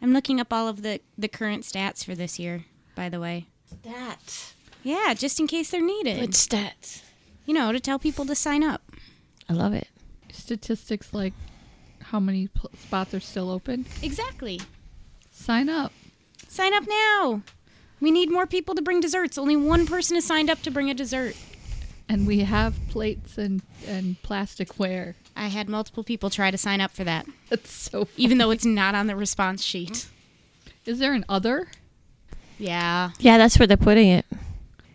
I'm looking up all of the the current stats for this year, by the way. Stats. Yeah, just in case they're needed. Good stats. you know, to tell people to sign up. I love it. Statistics like how many pl- spots are still open. Exactly. Sign up. Sign up now. We need more people to bring desserts. Only one person is signed up to bring a dessert. And we have plates and, and plasticware. I had multiple people try to sign up for that, That's so. e-, even though it's not on the response sheet. Is there an other Yeah. Yeah, that's where they're putting it.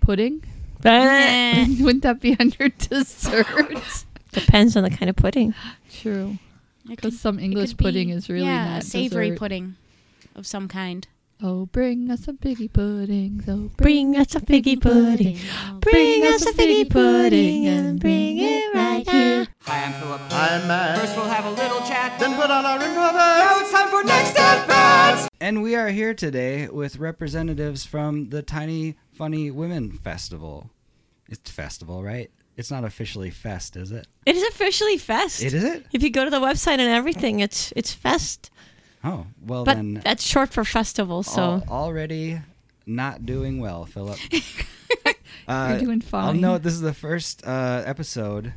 pudding? Eh. Wouldn't that be under dessert? Depends on the kind of pudding. True. It could- Because some it English could be- pudding is really yeah, not a savory dessert. pudding of some kind. Oh, bring us some figgy pudding. Oh, Bring us a figgy pudding. Bring us a figgy pudding and bring it right now. Hi, I'm Philip. I'm mad. First, we'll have a little chat. Then put on our ring brothers. it's time for next at bats. And we are here today with representatives from the Tiny Funny Women Festival. It's festival, right? It's not officially fest, is it? It is officially fest. It is it? If you go to the website and everything, it's it's fest, Oh, well but then. Oh. that's short for festival. So al- already not doing well, Philip. uh, You're doing fine. I'll note this is the first uh, episode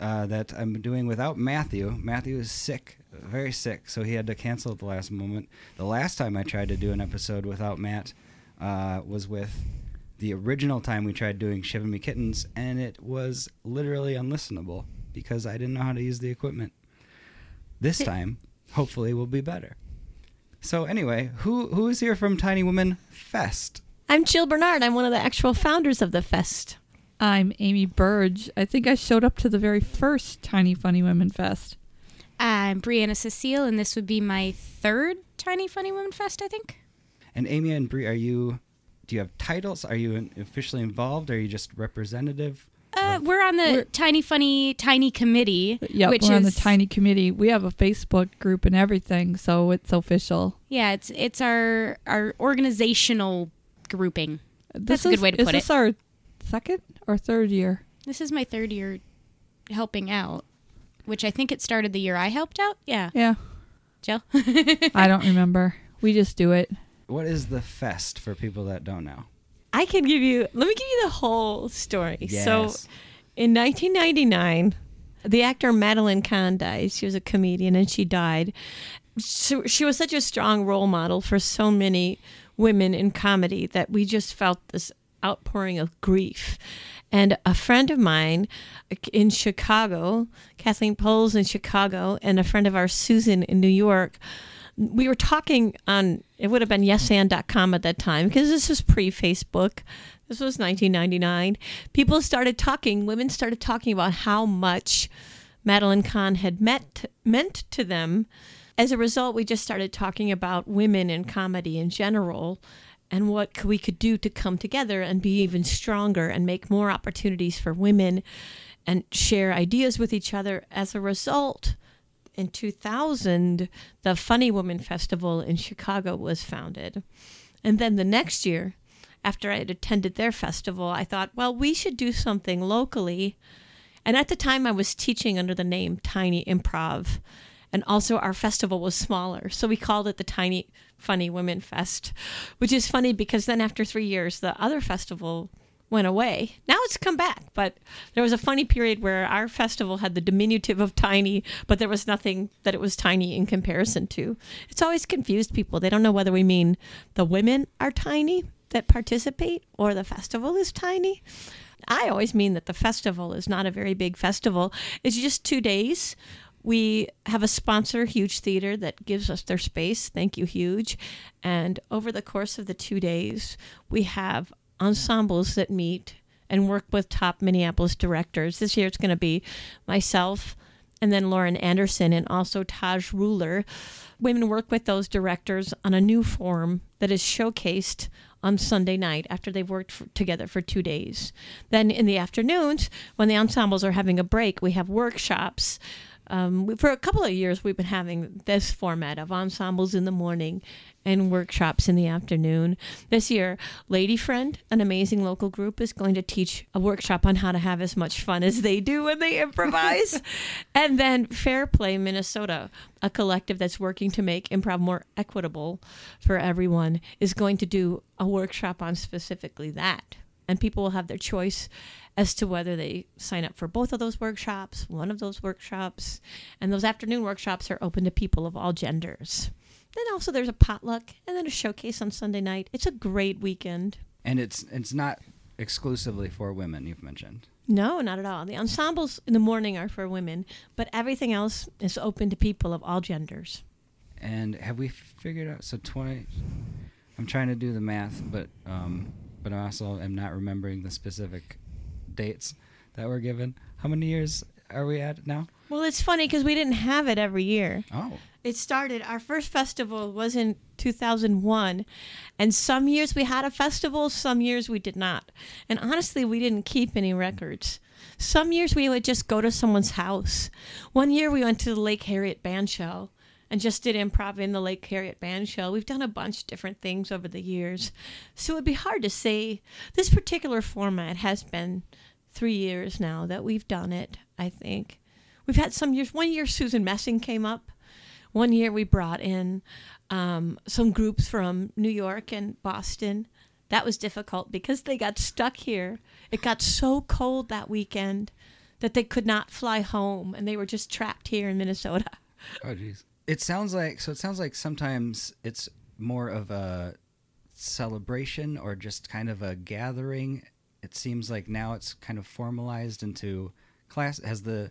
uh, that I'm doing without Matthew. Matthew is sick, very sick, so he had to cancel at the last moment. The last time I tried to do an episode without Matt uh, was with the original time we tried doing Shivin' Me Kittens, and it was literally unlistenable because I didn't know how to use the equipment. This time, hopefully, will be better. So anyway, who who is here from Tiny Woman Fest? I'm Jill Bernard. I'm one of the actual founders of the fest. I'm Amy Burge. I think I showed up to the very first Tiny Funny Women Fest. I'm Brianna Cecile, and this would be my third Tiny Funny Women Fest, I think. And Amy and Bree, are you? Do you have titles? Are you in- officially involved? Are you just representative? Uh, we're on the We're- Uh, Tiny Funny Tiny Committee. Yeah, which we're on the is- Tiny Committee. We have a Facebook group and everything, so it's official. Yeah, it's it's our our organizational grouping. This a good is- way to is put this our second or third year? This is my third year helping out, which I think it started the year I helped out. Yeah, Yeah, Jill. I don't remember. We just do it. What is the fest for people that don't know? I can give you. Let me give you the whole story. So Yes. In 1999, the actor Madeline Kahn died. She was a comedian and she died. She, she was such a strong role model for so many women in comedy that we just felt this outpouring of grief. And a friend of mine in Chicago, Kathleen Poles in Chicago, and a friend of ours, Susan in New York, we were talking on it would have been yesand.com at that time because this was pre Facebook. This was 1999. People started talking, women started talking about how much Madeline Kahn had met, meant to them. As a result, we just started talking about women in comedy in general and what c- we could do to come together and be even stronger and make more opportunities for women and share ideas with each other. As a result, in 2000, the Funny Woman Festival in Chicago was founded. And then the next year, after I had attended their festival, I thought, well, we should do something locally. And at the time, I was teaching under the name Tiny Improv. And also, our festival was smaller. So we called it the Tiny Funny Women Fest, which is funny because then after three years, the other festival went away. Now it's come back, but there was a funny period where our festival had the diminutive of tiny, but there was nothing that it was tiny in comparison to. It's always confused people. They don't know whether we mean the women are tiny that participate or the festival is tiny. I always mean that the festival is not a very big festival. It's just two days. We have a sponsor, Huge Theater, that gives us their space. Thank you, Huge. And over the course of the two days, we have ensembles that meet and work with top Minneapolis directors. This year it's going to be myself and then Lauren Anderson and also Taj Ruler. Women work with those directors on a new form that is showcased on Sunday night after they've worked for, together for two days. Then in the afternoons, when the ensembles are having a break, we have workshops um, we- for a couple of years we've been having this format of ensembles in the morning and workshops in the afternoon. This year, Lady Friend, an amazing local group, is going to teach a workshop on how to have as much fun as they do when they improvise. and then Fair Play Minnesota, a collective that's working to make improv more equitable for everyone, is going to do a workshop on specifically that and people will have their choice as to whether they sign up for both of those workshops, one of those workshops, and those afternoon workshops are open to people of all genders. Then also there's a potluck and then a showcase on Sunday night. It's a great weekend. And it's it's not exclusively for women. You've mentioned. No, not at all. The ensembles in the morning are for women, but everything else is open to people of all genders. And have we figured out? So twenty. I'm trying to do the math, but um, but I also am not remembering the specific dates that were given. How many years are we at now? Well, it's funny because we didn't have it every year. Oh, it started our first festival was in 2001 and some years we had a festival some years we did not and honestly we didn't keep any records some years we would just go to someone's house one year we went to the lake harriet band show and just did improv in the lake harriet band show we've done a bunch of different things over the years so it would be hard to say this particular format has been three years now that we've done it i think we've had some years one year susan messing came up one year we brought in um, some groups from New York and Boston. That was difficult because they got stuck here. It got so cold that weekend that they could not fly home and they were just trapped here in Minnesota. oh, jeez. It sounds like so. It sounds like sometimes it's more of a celebration or just kind of a gathering. It seems like now it's kind of formalized into class. Has the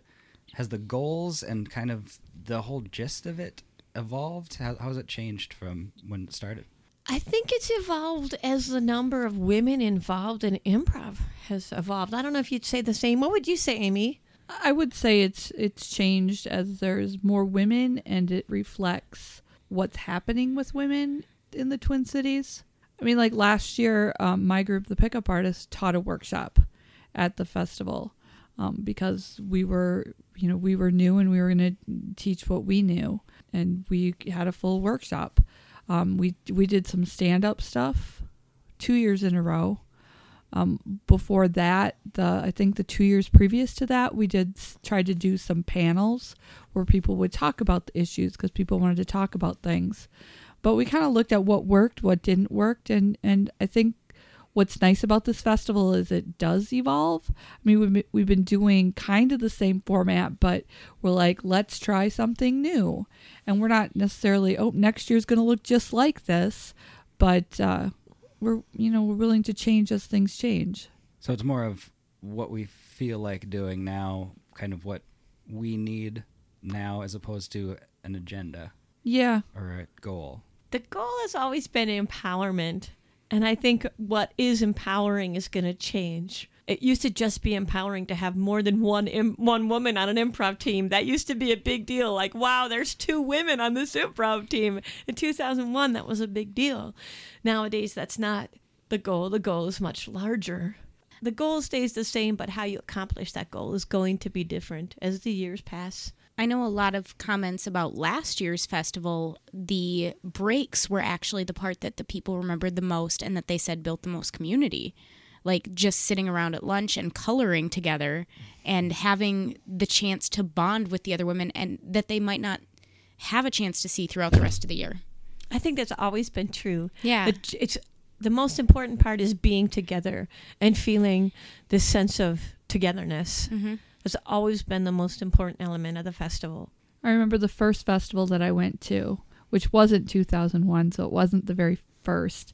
has the goals and kind of the whole gist of it evolved? How, how has it changed from when it started? I think it's evolved as the number of women involved in improv has evolved. I don't know if you'd say the same. What would you say, Amy? I would say it's it's changed as there's more women and it reflects what's happening with women in the Twin Cities. I mean, like last year, um, my group, the Pickup Artists, taught a workshop at the festival um, because we were, you know, we were new and we were going to teach what we knew, and we had a full workshop. Um, we we did some stand up stuff, two years in a row. Um, before that, the I think the two years previous to that, we did s- try to do some panels where people would talk about the issues because people wanted to talk about things. But we kind of looked at what worked, what didn't work, and and I think what's nice about this festival is it does evolve. I mean, we've been- we've been doing kind of the same format, but we're like, let's try something new, and we're not necessarily oh next year's going to look just like this, but. Uh, we're you know we're willing to change as things change So it's more of what we feel like doing now, kind of what we need now, as opposed to an agenda yeah or a goal. The goal has always been empowerment. And I think what is empowering is going to change. It used to just be empowering to have more than one Im- one woman on an improv team. That used to be a big deal. Like, wow, there's two women on this improv team. In 2001, that was a big deal. Nowadays, that's not the goal. The goal is much larger. The goal stays the same, but how you accomplish that goal is going to be different as the years pass. I know a lot of comments about last year's festival. The breaks were actually the part that the people remembered the most and that they said built the most community. Like just sitting around at lunch and coloring together and having the chance to bond with the other women and that they might not have a chance to see throughout the rest of the year. I think that's always been true. Yeah. It, it's the most important part is being together and feeling this sense of togetherness. Mm-hmm. That's always been the most important element of the festival. i remember the first festival that i went to which wasn't 2001 so it wasn't the very first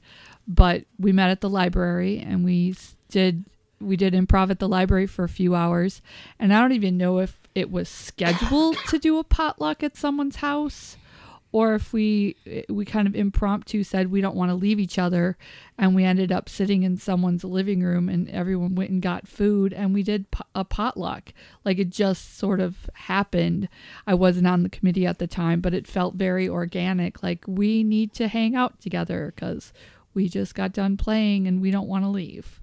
but we met at the library and we s- did we did improv at the library for a few hours and i don't even know if it was scheduled to do a potluck at someone's house or if we we kind of impromptu said we don't want to leave each other and we ended up sitting in someone's living room and everyone went and got food and we did po- a potluck like it just sort of happened i wasn't on the committee at the time but it felt very organic like we need to hang out together cuz we just got done playing and we don't want to leave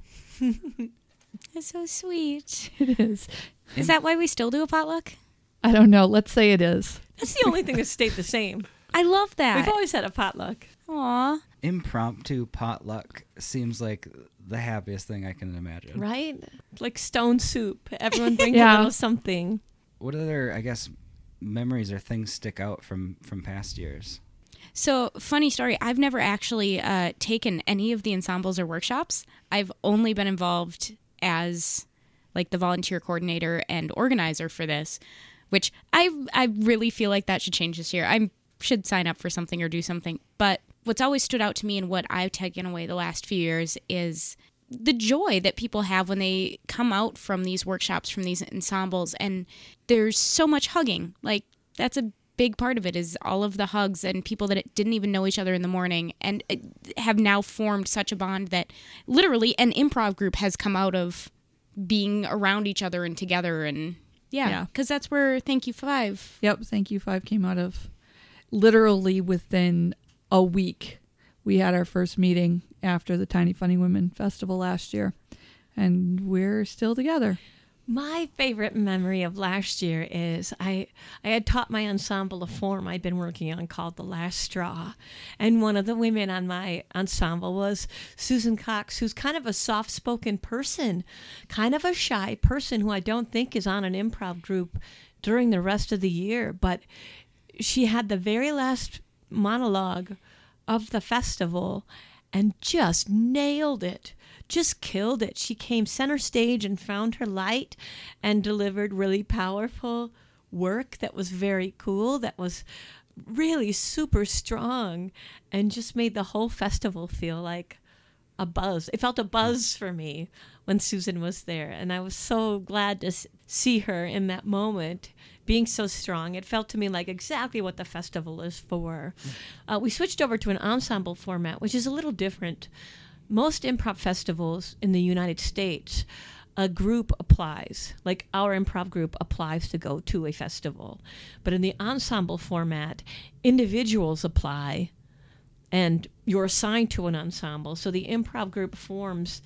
That's so sweet. it is Is that why we still do a potluck? I don't know. Let's say it is. That's the only thing that stayed the same. I love We've that. always had a potluck. Aw. Impromptu potluck seems like the happiest thing I can imagine. Right? Like stone soup. Everyone brings Yeah. a little something. What other, I guess, memories or things stick out from from past years? So, funny story I've never actually uh, taken any of the ensembles or workshops. I've only been involved as like the volunteer coordinator and organizer for this, which I, I really feel like that should change this year. I should sign up for something or do something. But what's always stood out to me and what I've taken away the last few years is the joy that people have when they come out from these workshops from these ensembles and there's so much hugging like that's a big part of it is all of the hugs and people that didn't even know each other in the morning and uh, have now formed such a bond that literally an improv group has come out of being around each other and together and yeah Yeah. because that's where thank you five Yep, thank you five came out of literally within a week. We had our first meeting after the Tiny Funny Women Festival last year, and we're still together. My favorite memory of last year is I I had taught my ensemble a form I'd been working on called The Last Straw. And one of the women on my ensemble was Susan Cox, who's kind of a soft spoken person, kind of a shy person who I don't think is on an improv group during the rest of the year. But she had the very last monologue of the festival and just nailed it. Just killed it. She came center stage and found her light and delivered really powerful work that was very cool, that was really super strong, and just made the whole festival feel like a buzz. It felt a buzz for me when Susan was there, and I was so glad to s- see her in that moment being so strong. It felt to me like exactly what the festival is for. Uh, we switched over to an ensemble format, which is a little different. Most improv festivals in the United States a group applies, like our improv group applies to go to a festival. But in the ensemble format, individuals apply and you're assigned to an ensemble. So the improv group forms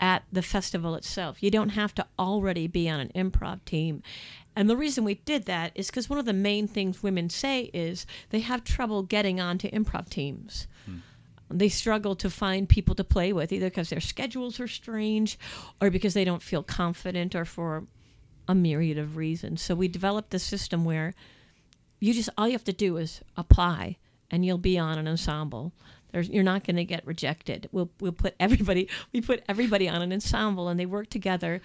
at the festival itself. You don't have to already be on an improv team. And the reason we did that is because one of the main things women say is they have trouble getting onto improv teams they struggle to find people to play with either because their schedules are strange or because they don't feel confident or for a myriad of reasons so we developed a system where you just all you have to do is apply and you'll be on an ensemble There's, you're not going to get rejected we'll, we'll put everybody we put everybody on an ensemble and they work together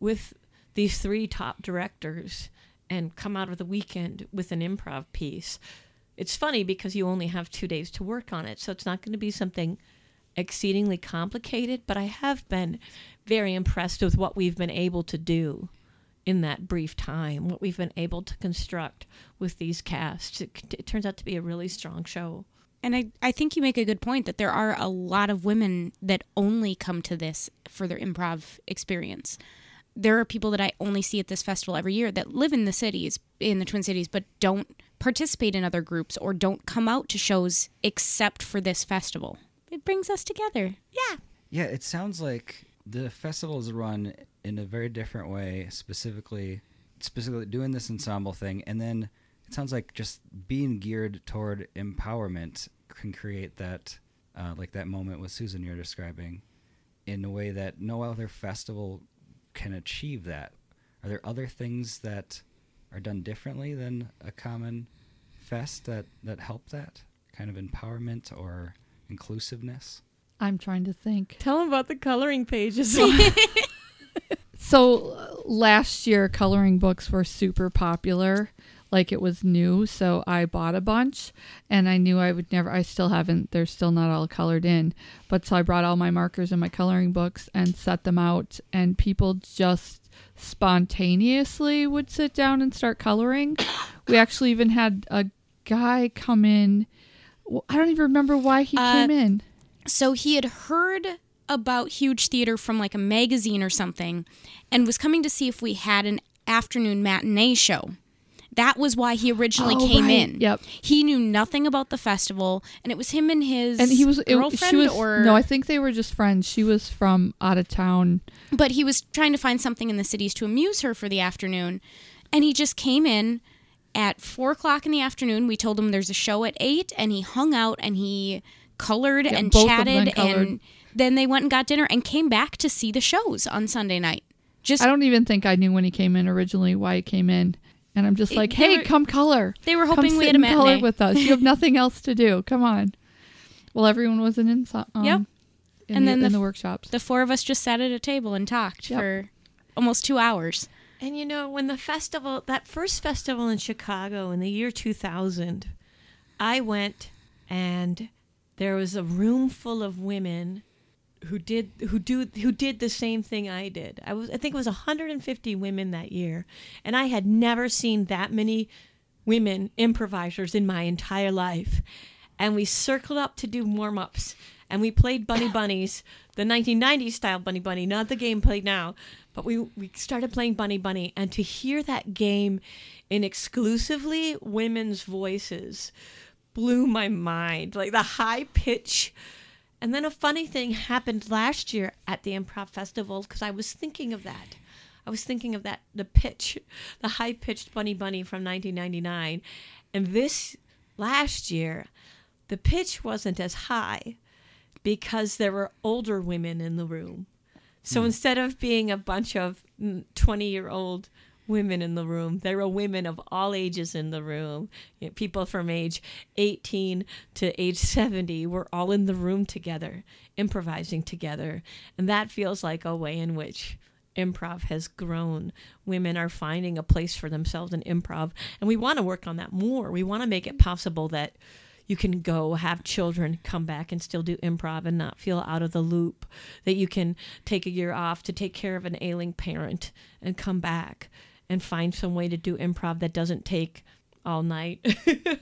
with these three top directors and come out of the weekend with an improv piece it's funny because you only have two days to work on it, so it's not going to be something exceedingly complicated. But I have been very impressed with what we've been able to do in that brief time, what we've been able to construct with these casts. It, it turns out to be a really strong show. and I, I think you make a good point that there are a lot of women that only come to this for their improv experience. There are people that I only see at this festival every year that live in the cities, in the Twin Cities, but don't participate in other groups or don't come out to shows except for this festival. It brings us together. Yeah, it sounds like the festivals run in a very different way, specifically specifically doing this ensemble thing, and then it sounds like just being geared toward empowerment can create that uh, like that moment with Susan you're describing in a way that no other festival can achieve that. Are there other things that are done differently than a common fest that, that help that kind of empowerment or inclusiveness? I'm trying to think. Tell them about the coloring pages. So uh, last year, coloring books were super popular. Like it was new, so I bought a bunch, and I knew I would never. I still haven't. They're still not all colored in, but so I brought all my markers and my coloring books and set them out, and people just spontaneously would sit down and start coloring. we actually even had a guy come in. Well, I don't even remember why he Uh, came in. So he had heard about huge theater from like a magazine or something and was coming to see if we had an afternoon matinee show. That was why he originally Oh, came right. in. Yep. He knew nothing about the festival and it was him and his and he was it- girlfriend she was or no i think they were just friends she was from out of town but he was trying to find something in the cities to amuse her for the afternoon And he just came in at four o'clock in the afternoon. We told him there's a show at eight, and he hung out and he colored and both of them chatted, colored. and then they went and got dinner and came back to see the shows on Sunday night. Just I don't even think I knew when he came in originally why he came in. And I'm just like, they hey, were- come color. they were Come hoping sit we had a and color matinee. with us. You have nothing else to do. Come on. Well, everyone was in, inso- um, Yep. in And the, then in the the, f- workshops. the four of us just sat at a table and talked Yep. for almost two hours. And you know, when the festival, that first festival in Chicago in the year 2000, I went and there was a room full of women who did who do who did the same thing I did. I was I think it was 150 women that year, and I had never seen that many women improvisers in my entire life. And we circled up to do warm ups, and we played bunny bunnies, the 1990s style bunny bunny, not the game played now. But we we started playing bunny bunny, and to hear that game in exclusively women's voices blew my mind. Like the high pitch. And then a funny thing happened last year at the Improv Festival because I was thinking of that. I was thinking of that the pitch, the high pitched Bunny Bunny from 1999. And this last year, the pitch wasn't as high because there were older women in the room. So instead of being a bunch of 20 year old women in the room, there were women of all ages in the room. You know, people from age 18 to age 70 were all in the room together, improvising together. And that feels like a way in which improv has grown. Women are finding a place for themselves in improv. And we want to work on that more. We want to make it possible that you can go have children come back and still do improv and not feel out of the loop that you can take a year off to take care of an ailing parent and come back and find some way to do improv that doesn't take all night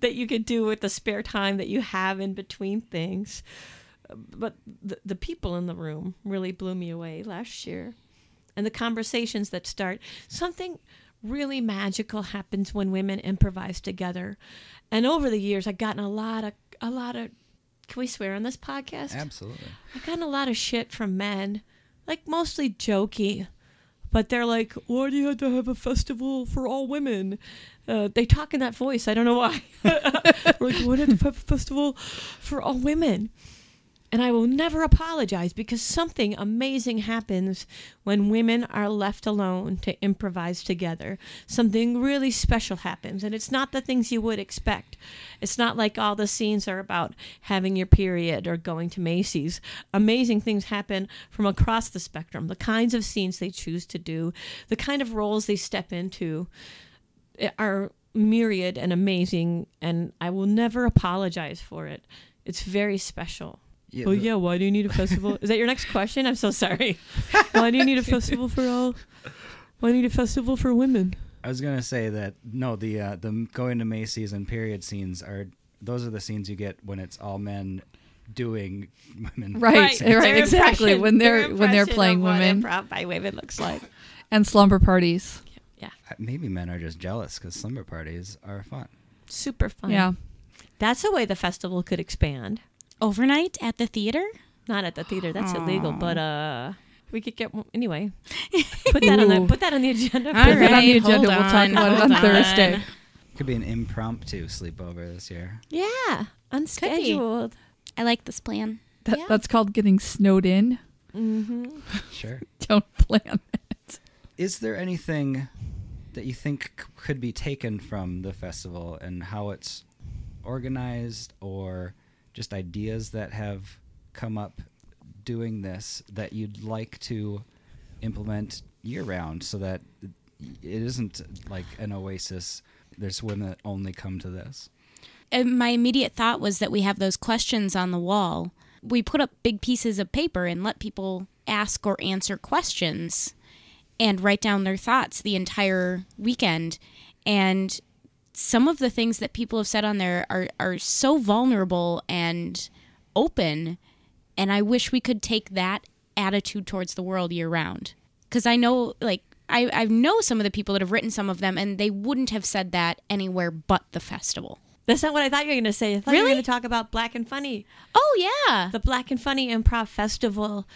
that you could do with the spare time that you have in between things but the, the people in the room really blew me away last year and the conversations that start something really magical happens when women improvise together and over the years i've gotten a lot of a lot of can we swear on this podcast Absolutely. I've gotten a lot of shit from men, like mostly jokey, but they're like, "Why do you have to have a festival for all women?" Uh, they talk in that voice. I don't know why. We're like, "Why do you have to have a festival for all women?" And I will never apologize because something amazing happens when women are left alone to improvise together. Something really special happens, and it's not the things you would expect. It's not like all the scenes are about having your period or going to Macy's. Amazing things happen from across the spectrum the kinds of scenes they choose to do, the kind of roles they step into eh, are myriad and amazing, and I will never apologize for it. It's very special. Yeah, well, the- yeah. Why do you need a festival? Is that your next question? I'm so sorry. why do you need a festival for all? Why do you need a festival for women? I was gonna say that no, the uh, the going to Macy's and period scenes are those are the scenes you get when it's all men doing women. Right, right, Their exactly. impression- When they're their when they're impression playing of what women improv by women looks like. and slumber parties. Yeah, Uh, Maybe men are just jealous because slumber parties are fun. super fun. Yeah, that's a way the festival could expand. Overnight at the theater? Not at the theater. That's illegal. But uh, we could get anyway. Put that on the Ooh. put that on the agenda. All Put it on right, the agenda. hold We'll talk on, about it hold on on. Thursday. Could be an impromptu sleepover this year. Yeah, unscheduled. unscheduled. I like this plan. That, Yeah. That's called getting snowed in. Mm-hmm. Sure. Don't plan it. Is there anything that you think c- could be taken from the festival and how it's organized, or just ideas that have come up doing this that you'd like to implement year round so that it isn't like an oasis? There's women that only come to this. And my immediate thought was that we have those questions on the wall. We put up big pieces of paper and let people ask or answer questions and write down their thoughts the entire weekend. And some of the things that people have said on there are, are so vulnerable and open. And I wish we could take that attitude towards the world year round. Because I know, like, I, I know some of the people that have written some of them, and they wouldn't have said that anywhere but the festival. That's not what I thought you were going to say. I thought you were Really? going to talk about Black and Funny, Oh yeah. the Black and Funny Improv Festival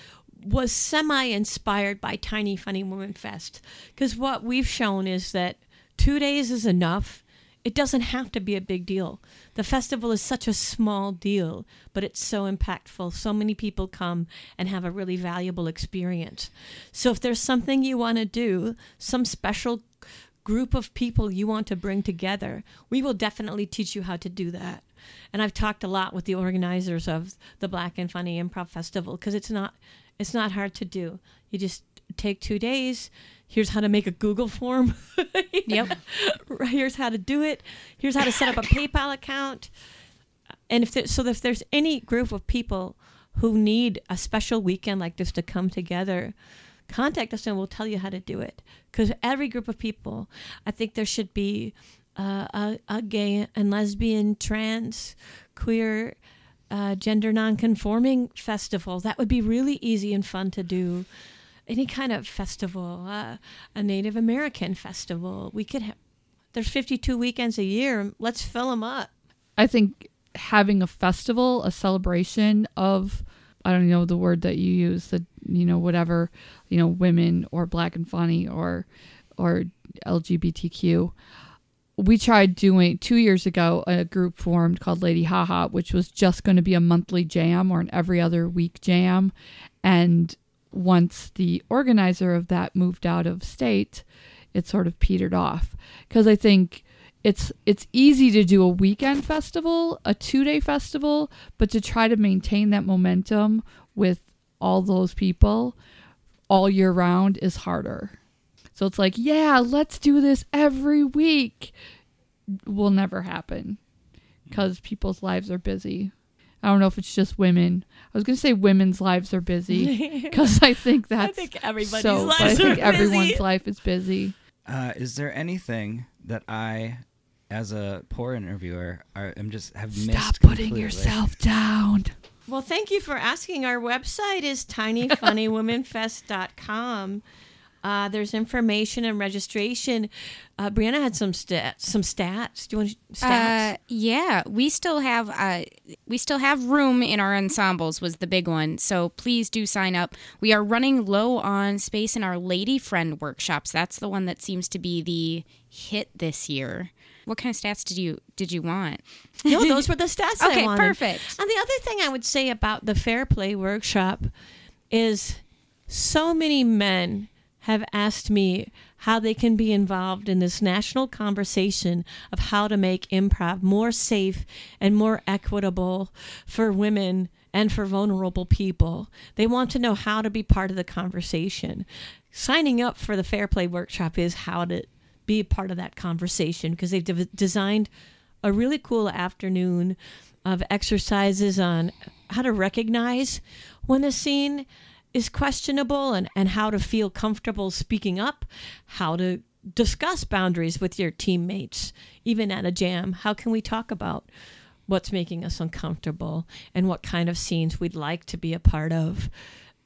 was semi inspired by Tiny Funny Woman Fest. Because what we've shown is that two days is enough. It doesn't have to be a big deal. The festival is such a small deal, but it's so impactful. So many people come and have a really valuable experience. So if there's something you want to do, some special group of people you want to bring together, we will definitely teach you how to do that. And I've talked a lot with the organizers of the Black and Funny Improv Festival because it's not it's not hard to do. You just take two days. Here's how to make a Google form. Yep. Here's how to do it. Here's how to set up a PayPal account. And if there, so, if there's any group of people who need a special weekend like this to come together, contact us and we'll tell you how to do it. Because every group of people, I think there should be uh, a, a gay and lesbian, trans, queer, uh, gender nonconforming festival. That would be really easy and fun to do. Any kind of festival, uh, a Native American festival. We could have. There's 52 weekends a year. Let's fill them up. I think having a festival, a celebration of I don't know the word that you use, the you know whatever, you know women or black and funny or or LGBTQ. We tried doing 2 years ago a group formed called Lady Haha which was just going to be a monthly jam or an every other week jam and once the organizer of that moved out of state, it sort of petered off because I think it's it's easy to do a weekend festival, a two day festival, but to try to maintain that momentum with all those people all year round is harder. So it's like, yeah, let's do this every week. Will never happen because people's lives are busy. I don't know if it's just women. I was gonna say women's lives are busy because I think that's I think everybody's so, but I lives think are everyone's busy. life is busy. Uh, is there anything that I, as a poor interviewer, are, am just have missed? Stop putting completely? yourself down. Well, thank you for asking. Our website is tinyfunnywomenfest.com. Uh, there's information and registration. Uh, Brianna had some stats. Some stats. Do you want to- stats? Uh, yeah, we still have uh, we still have room in our ensembles was the big one. So please do sign up. We are running low on space in our lady friend workshops. That's the one that seems to be the hit this year. What kind of stats did you did you want? no, those were the stats. I Okay, wanted. perfect. And the other thing I would say about the Fair Play workshop is so many men have asked me how they can be involved in this national conversation of how to make improv more safe and more equitable for women and for vulnerable people. They want to know how to be part of the conversation. Signing up for the Fair Play workshop is how to be a part of that conversation because they've de- designed a really cool afternoon of exercises on how to recognize when a scene is questionable and, and how to feel comfortable speaking up, how to discuss boundaries with your teammates, even at a jam. How can we talk about what's making us uncomfortable and what kind of scenes we'd like to be a part of?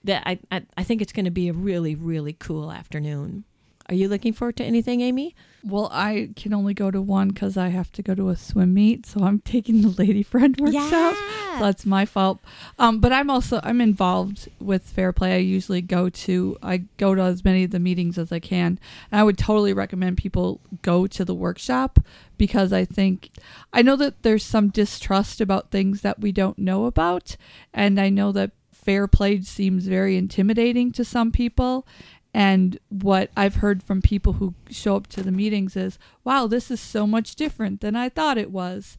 That I, I, I think it's going to be a really, really cool afternoon. Are you looking forward to anything, Amy? Well, I can only go to one because I have to go to a swim meet, so I'm taking the lady friend workshop. So that's my fault. Um, but I'm also I'm involved with Fair Play. I usually go to I go to as many of the meetings as I can. And I would totally recommend people go to the workshop because I think I know that there's some distrust about things that we don't know about, and I know that fair play seems very intimidating to some people. And what I've heard from people who show up to the meetings is, wow, this is so much different than I thought it was.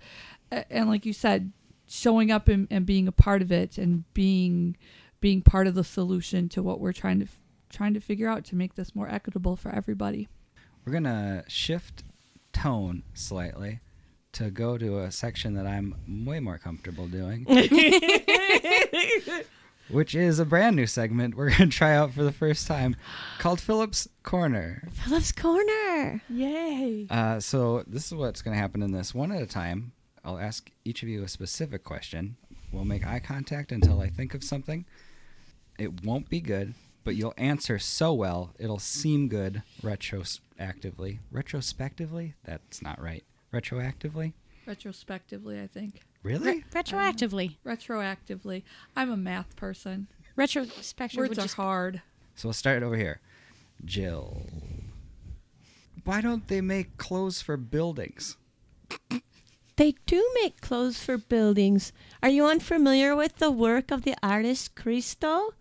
A- And like you said, showing up and, and being a part of it and being being part of the solution to what we're trying to f- trying to figure out to make this more equitable for everybody. We're gonna shift tone slightly to go to a section that I'm way more comfortable doing, which is a brand new segment we're gonna try out for the first time, called Phillips Corner. Phillips Corner. Yay. Uh, so this is what's going to happen in this one at a time. I'll ask each of you a specific question. We'll make eye contact until I think of something. It won't be good, but you'll answer so well it'll seem good retrospectively. Retrospectively? That's not right. Retroactively? Retrospectively, I think. Really? Retroactively. Retroactively. I'm a math person. Retrospection Words would are just hard. So we'll start over here. Jill. Why don't they make clothes for buildings? They do make clothes for buildings. Are you unfamiliar with the work of the artist Cristo?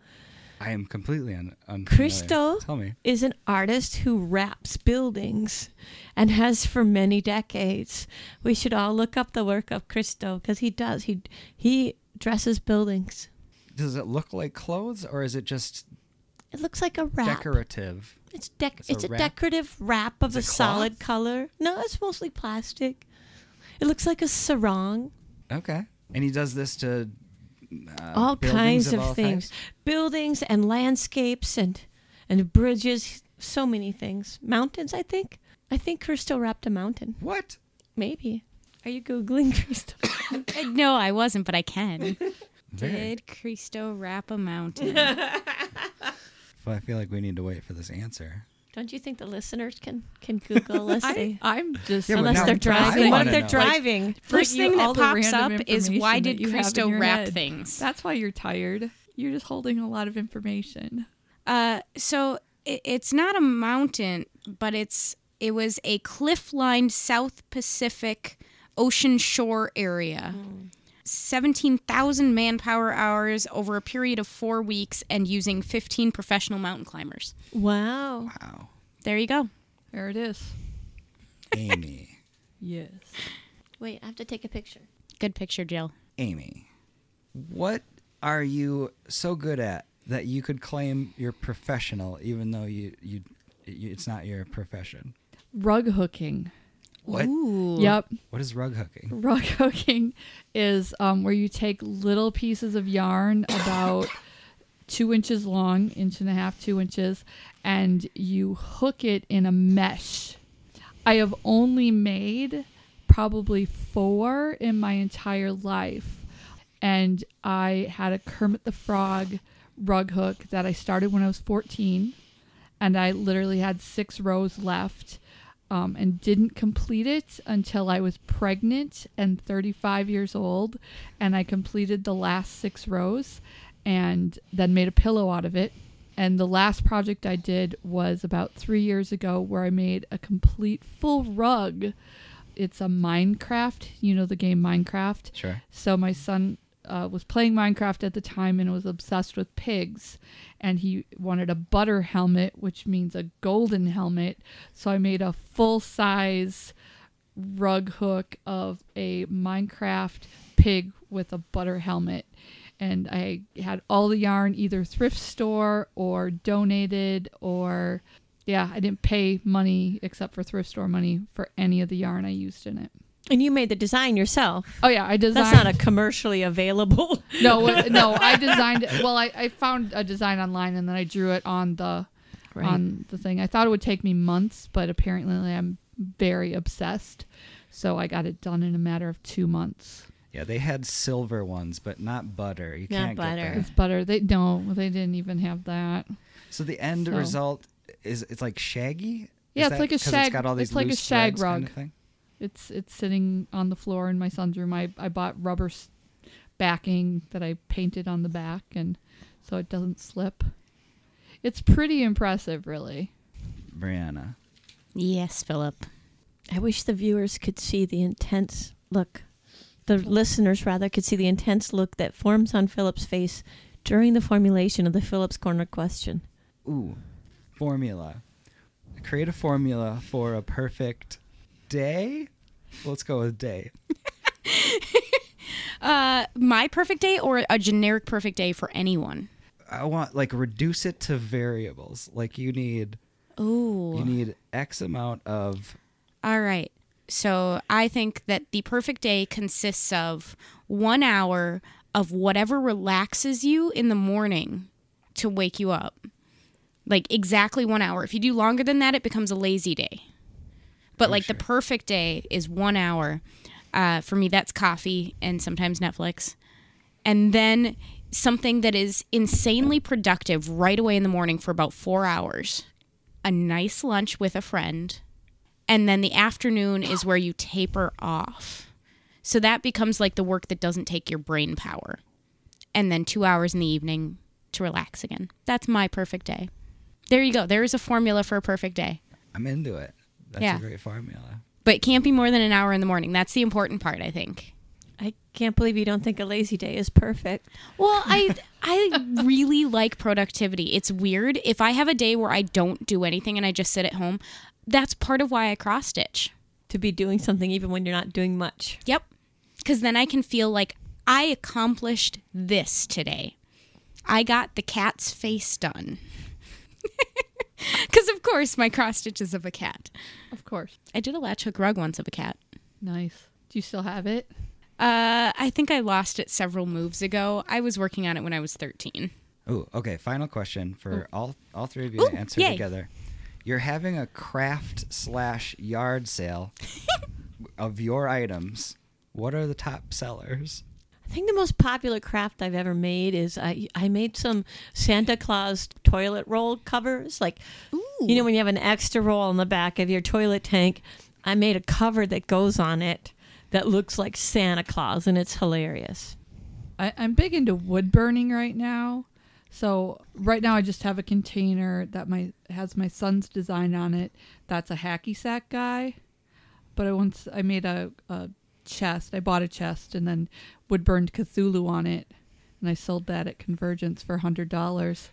I am completely un- unfamiliar. Cristo Tell me. is an artist who wraps buildings and has for many decades. We should all look up the work of Cristo because he does. He he dresses buildings. Does it look like clothes or is it just It looks like a wrap. decorative? It's dec- It's it's a a, wrap? decorative wrap of Is a it solid cloth? color. No, it's mostly plastic. It looks like a sarong. Okay. And he does this to uh, all buildings kinds of, all things, types? buildings and landscapes and and bridges, so many things. Mountains, I think. I think Crystal wrapped a mountain. What? Maybe. Are you googling Crystal? Uh, No, I wasn't, but I can. Very. Did Cristo wrap a mountain? Well, I feel like we need to wait for this answer. Don't you think the listeners can can Google us? I, I'm just Yeah, but unless now they're I driving. What wanna if they're know. driving? First Like you- thing all that the pops up random is why information did that you have Cristo in your wrap head. things? That's why you're tired. You're just holding a lot of information. Uh, so it, it's not a mountain, but it's it was a cliff-lined South Pacific ocean shore area. 17,000 manpower hours over a period of 4 weeks and using 15 professional mountain climbers. Wow. Wow. There you go. There it is. Amy. Yes. Wait, I have to take a picture. Good picture, Jill. Amy. What are you so good at that you could claim you're professional even though you you, you it's not your profession? Rug hooking. What? Ooh. Yep. What is rug hooking? Rug hooking is um, where you take little pieces of yarn about two inches long, inch and a half, two inches, and you hook it in a mesh. I have only made probably four in my entire life. And I had a Kermit the Frog rug hook that I started when I was 14. And I literally had six rows left um, and didn't complete it until I was pregnant and 35 years old. And I completed the last six rows and then made a pillow out of it. And the last project I did was about three years ago where I made a complete full rug. It's a Minecraft, you know, the game Minecraft. Sure. So my son uh, was playing Minecraft at the time and was obsessed with pigs, and he wanted a butter helmet, which means a golden helmet. So I made a full size rug hook of a Minecraft pig with a butter helmet. And I had all the yarn either thrift store or donated or yeah, I didn't pay money except for thrift store money for any of the yarn I used in it. And you made the design yourself. Oh yeah, I designed That's not a commercially available. no, what- no, I designed it. Well, I, I found a design online and then I drew it on the on the thing. I thought it would take me months, but apparently I'm very obsessed. So I got it done in a matter of two months. Yeah, they had silver ones, but not butter. You Not can't get butter. that. It's butter. They no, they didn't even have that. So the end So- result is it's like shaggy. Is Yeah, it's that like a 'cause It's shag- got all these it's like a loose shag threads kind rug. of thing? It's it's sitting on the floor in my son's room. I I bought rubber s- backing that I painted on the back, and so it doesn't slip. It's pretty impressive, really. Brianna. Yes, Philip. I wish the viewers could see the intense look. The listeners, rather, could see the intense look that forms on Philip's face during the formulation of the Phillips Corner question. Ooh, formula. Create a formula for a perfect day. Let's go with day. Uh, my perfect day or a generic perfect day for anyone? I want like reduce it to variables. Like you need Ooh. you need X amount of All right. So I think that the perfect day consists of one hour of whatever relaxes you in the morning to wake you up. Like exactly one hour. If you do longer than that, it becomes a lazy day. But like the perfect day is one hour. Uh, for me, that's coffee and sometimes Netflix. And then something that is insanely productive right away in the morning for about four hours. A nice lunch with a friend and then the afternoon is where you taper off. So that becomes like the work that doesn't take your brain power. And then 2 hours in the evening to relax again. That's my perfect day. There you go. There is a formula for a perfect day. I'm into it. That's Yeah. a great formula. But it can't be more than an hour in the morning. That's the important part, I think. I can't believe you don't think a lazy day is perfect. Well, I I really like productivity. It's weird. If I have a day where I don't do anything and I just sit at home, that's part of why I cross stitch. to be doing something even when you're not doing much. Yep. Because then I can feel like I accomplished this today. I got the cat's face done. Because, of course, my cross stitch is of a cat. Of course. I did a latch hook rug once of a cat. Nice. Do you still have it? Uh, I think I lost it several moves ago. I was working on it when I was 13. Oh, okay. Final question for all all three of you Ooh, to answer yay. together. You're having a craft slash yard sale of your items. What are the top sellers? I think the most popular craft I've ever made is I I made some Santa Claus toilet roll covers. Like you know when you have an extra roll on the back of your toilet tank, I made a cover that goes on it that looks like Santa Claus and it's hilarious. I, I'm big into wood burning right now. So right now I just have a container that my has my son's design on it. That's a hacky sack guy. But I once I made a, a chest. I bought a chest and then wood burned Cthulhu on it. And I sold that at Convergence for hundred dollars.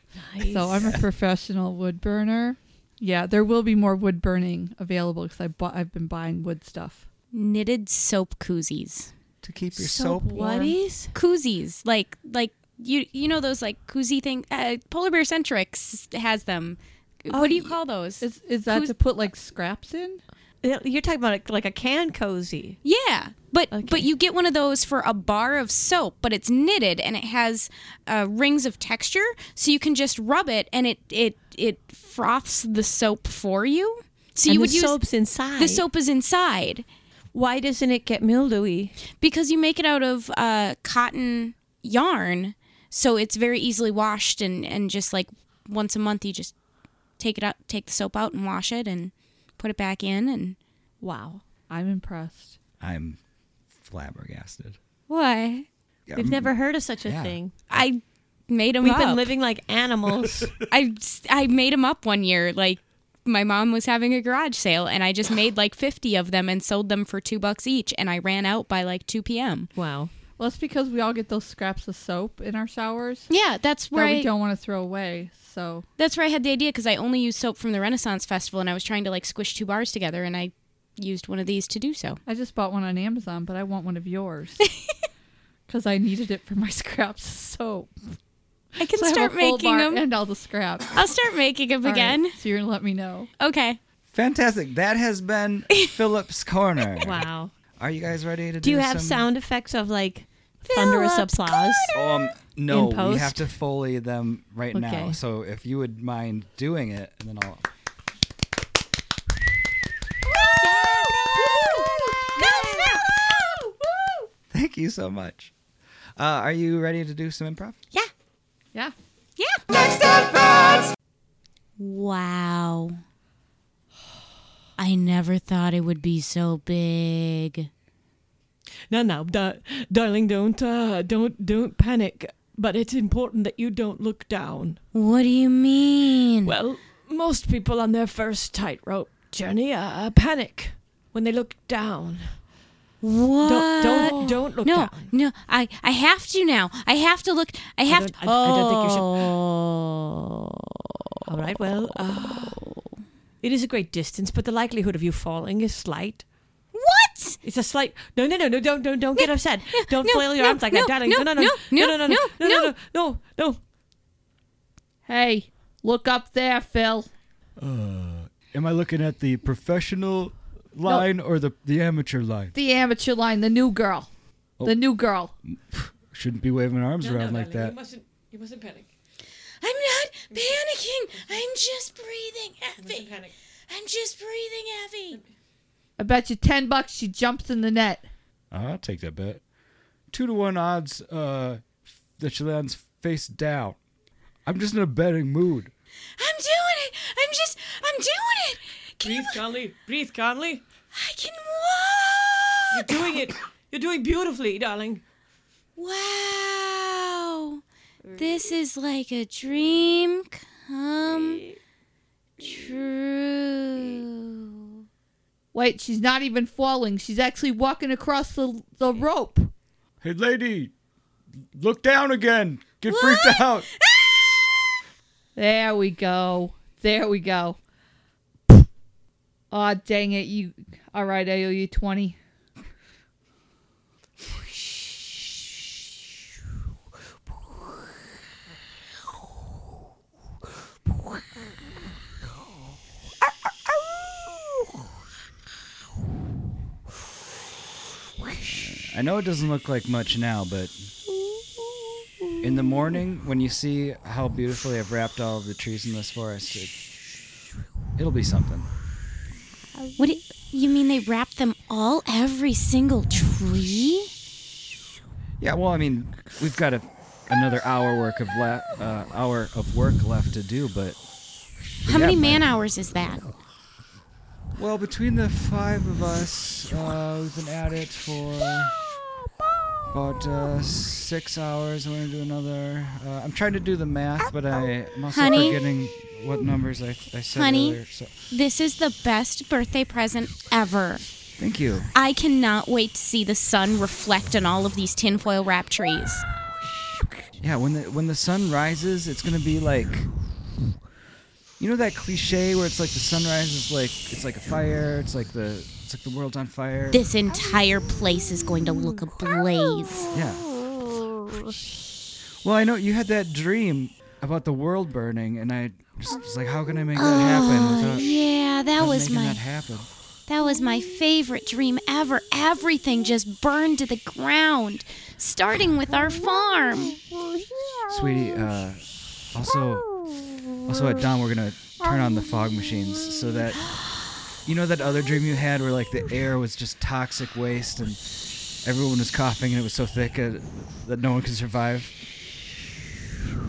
So I'm a professional wood burner. Yeah, there will be more wood burning available because I bought I've been buying wood stuff. Knitted soap koozies. To keep your soap, soap whities? Koozies. Like, like you you know those like koozie thing? Uh, Polar Bear Centrix has them. what do you call those? Is is that Who's- to put like scraps in? Yeah, You're talking about a, like a can cozy. Yeah, but Okay. but you get one of those for a bar of soap, but it's knitted and it has uh, rings of texture, so you can just rub it and it it it froths the soap for you. So and you the would use soaps inside. the soap is inside Why doesn't it get mildewy? because you make it out of uh, cotton yarn, so it's very easily washed and and just like once a month you just take it out, take the soap out and wash it and put it back in and Wow. I'm impressed. I'm flabbergasted. why Yeah, We've mm, never heard of such a yeah. thing. I made them We've up. been living like animals. I I made them up one year. Like my mom was having a garage sale, and I just made like fifty of them and sold them for two bucks each. And I ran out by like two p.m. wow. Well, it's because we all get those scraps of soap in our showers Yeah, that's where that we I, don't want to throw away. So that's where I had the idea because I only used soap from the Renaissance Festival, and I was trying to like squish two bars together, and I used one of these to do so. I just bought one on Amazon, but I want one of yours because I needed it for my scraps of soap. I can So I have a start full making bar them. and all the scraps I'll start making them All right, again. so you're gonna let me know. Okay. Fantastic. That has been Philip's Corner. Wow. Are you guys ready to do Do you have some- sound effects of like thunderous Phillips applause? Um, no, In we post? have to foley them right now. Okay. So if you would mind doing it, and then I'll. Thank you so much. Uh, are you ready to do some improv? Yeah. Yeah. Yeah. Wow. I never thought it would be so big. No, no, da- darling, don't, uh, don't, don't panic. But it's important that you don't look down. What do you mean? Well, most people on their first tightrope journey uh, panic when they look down. what? Don't, don't, don't look no, down. no. I, I have to now. I have to look. I have don't- to. I- I don't think you should- Oh. All right, well, uh, it is a great distance, but the likelihood of you falling is slight. What? It's a slight. No, no, no, no! Don't, don't, don't get upset! Don't no, flail your no, arms like no, that, darling! no, No, no, no, no, no, no, no, no, no, no, no, no! Hey, look up there, Phil. Am I looking at the professional line or the, the amateur line? The amateur line, the new girl, the new girl. Shouldn't be waving arms around like that. mustn't. You mustn't panic. I'm not panicking. I'm just breathing heavy. panic. I'm just breathing heavy. I bet you ten bucks she jumps in the net. Ah, I'll take that bet. Two to one odds uh, that she lands face down. I'm just in a betting mood. I'm doing it. I'm just. I'm doing it. Can you? calmly. Breathe calmly. I can walk. You're doing it. You're doing beautifully, darling. Wow. This is like a dream come true. Wait, she's not even falling. She's actually walking across the the rope. Hey, lady, look down again. Get freaked out. There we go. There we go. Aw, dang it. You all right, I owe you twenty. I know it doesn't look like much now, but in the morning when you see how beautifully I've wrapped all of the trees in this forest, it, it'll be something. What do you, you mean they wrap them all every single tree? Yeah, well, I mean, we've got a, another hour work of la- uh, hour of work left to do, but How many Yeah, man hours is that? well, between the five of us, uh, we've been at it for about uh, six hours. and We're gonna do another. Uh, I'm trying to do the math, but I, I'm also Honey? forgetting what numbers I, I said Honey? earlier. So, This is the best birthday present ever. thank you. I cannot wait to see the sun reflect on all of these tinfoil wrap trees. Yeah, when the when the sun rises, it's gonna be like, you know that cliche where it's like the sunrise is like it's like a fire. It's like the it's like the world's on fire. This entire place is going to look ablaze. Yeah. Well, I know you had that dream about the world burning, and I just was like, how can I make that happen? Without, Oh, Yeah, that without was making my that happen. that was my favorite dream ever. Everything just burned to the ground, starting with our farm. Sweetie, uh, also, also at dawn we're gonna turn on the fog machines so that you know that other dream you had where like the air was just toxic waste and everyone was coughing and it was so thick uh, that no one could survive.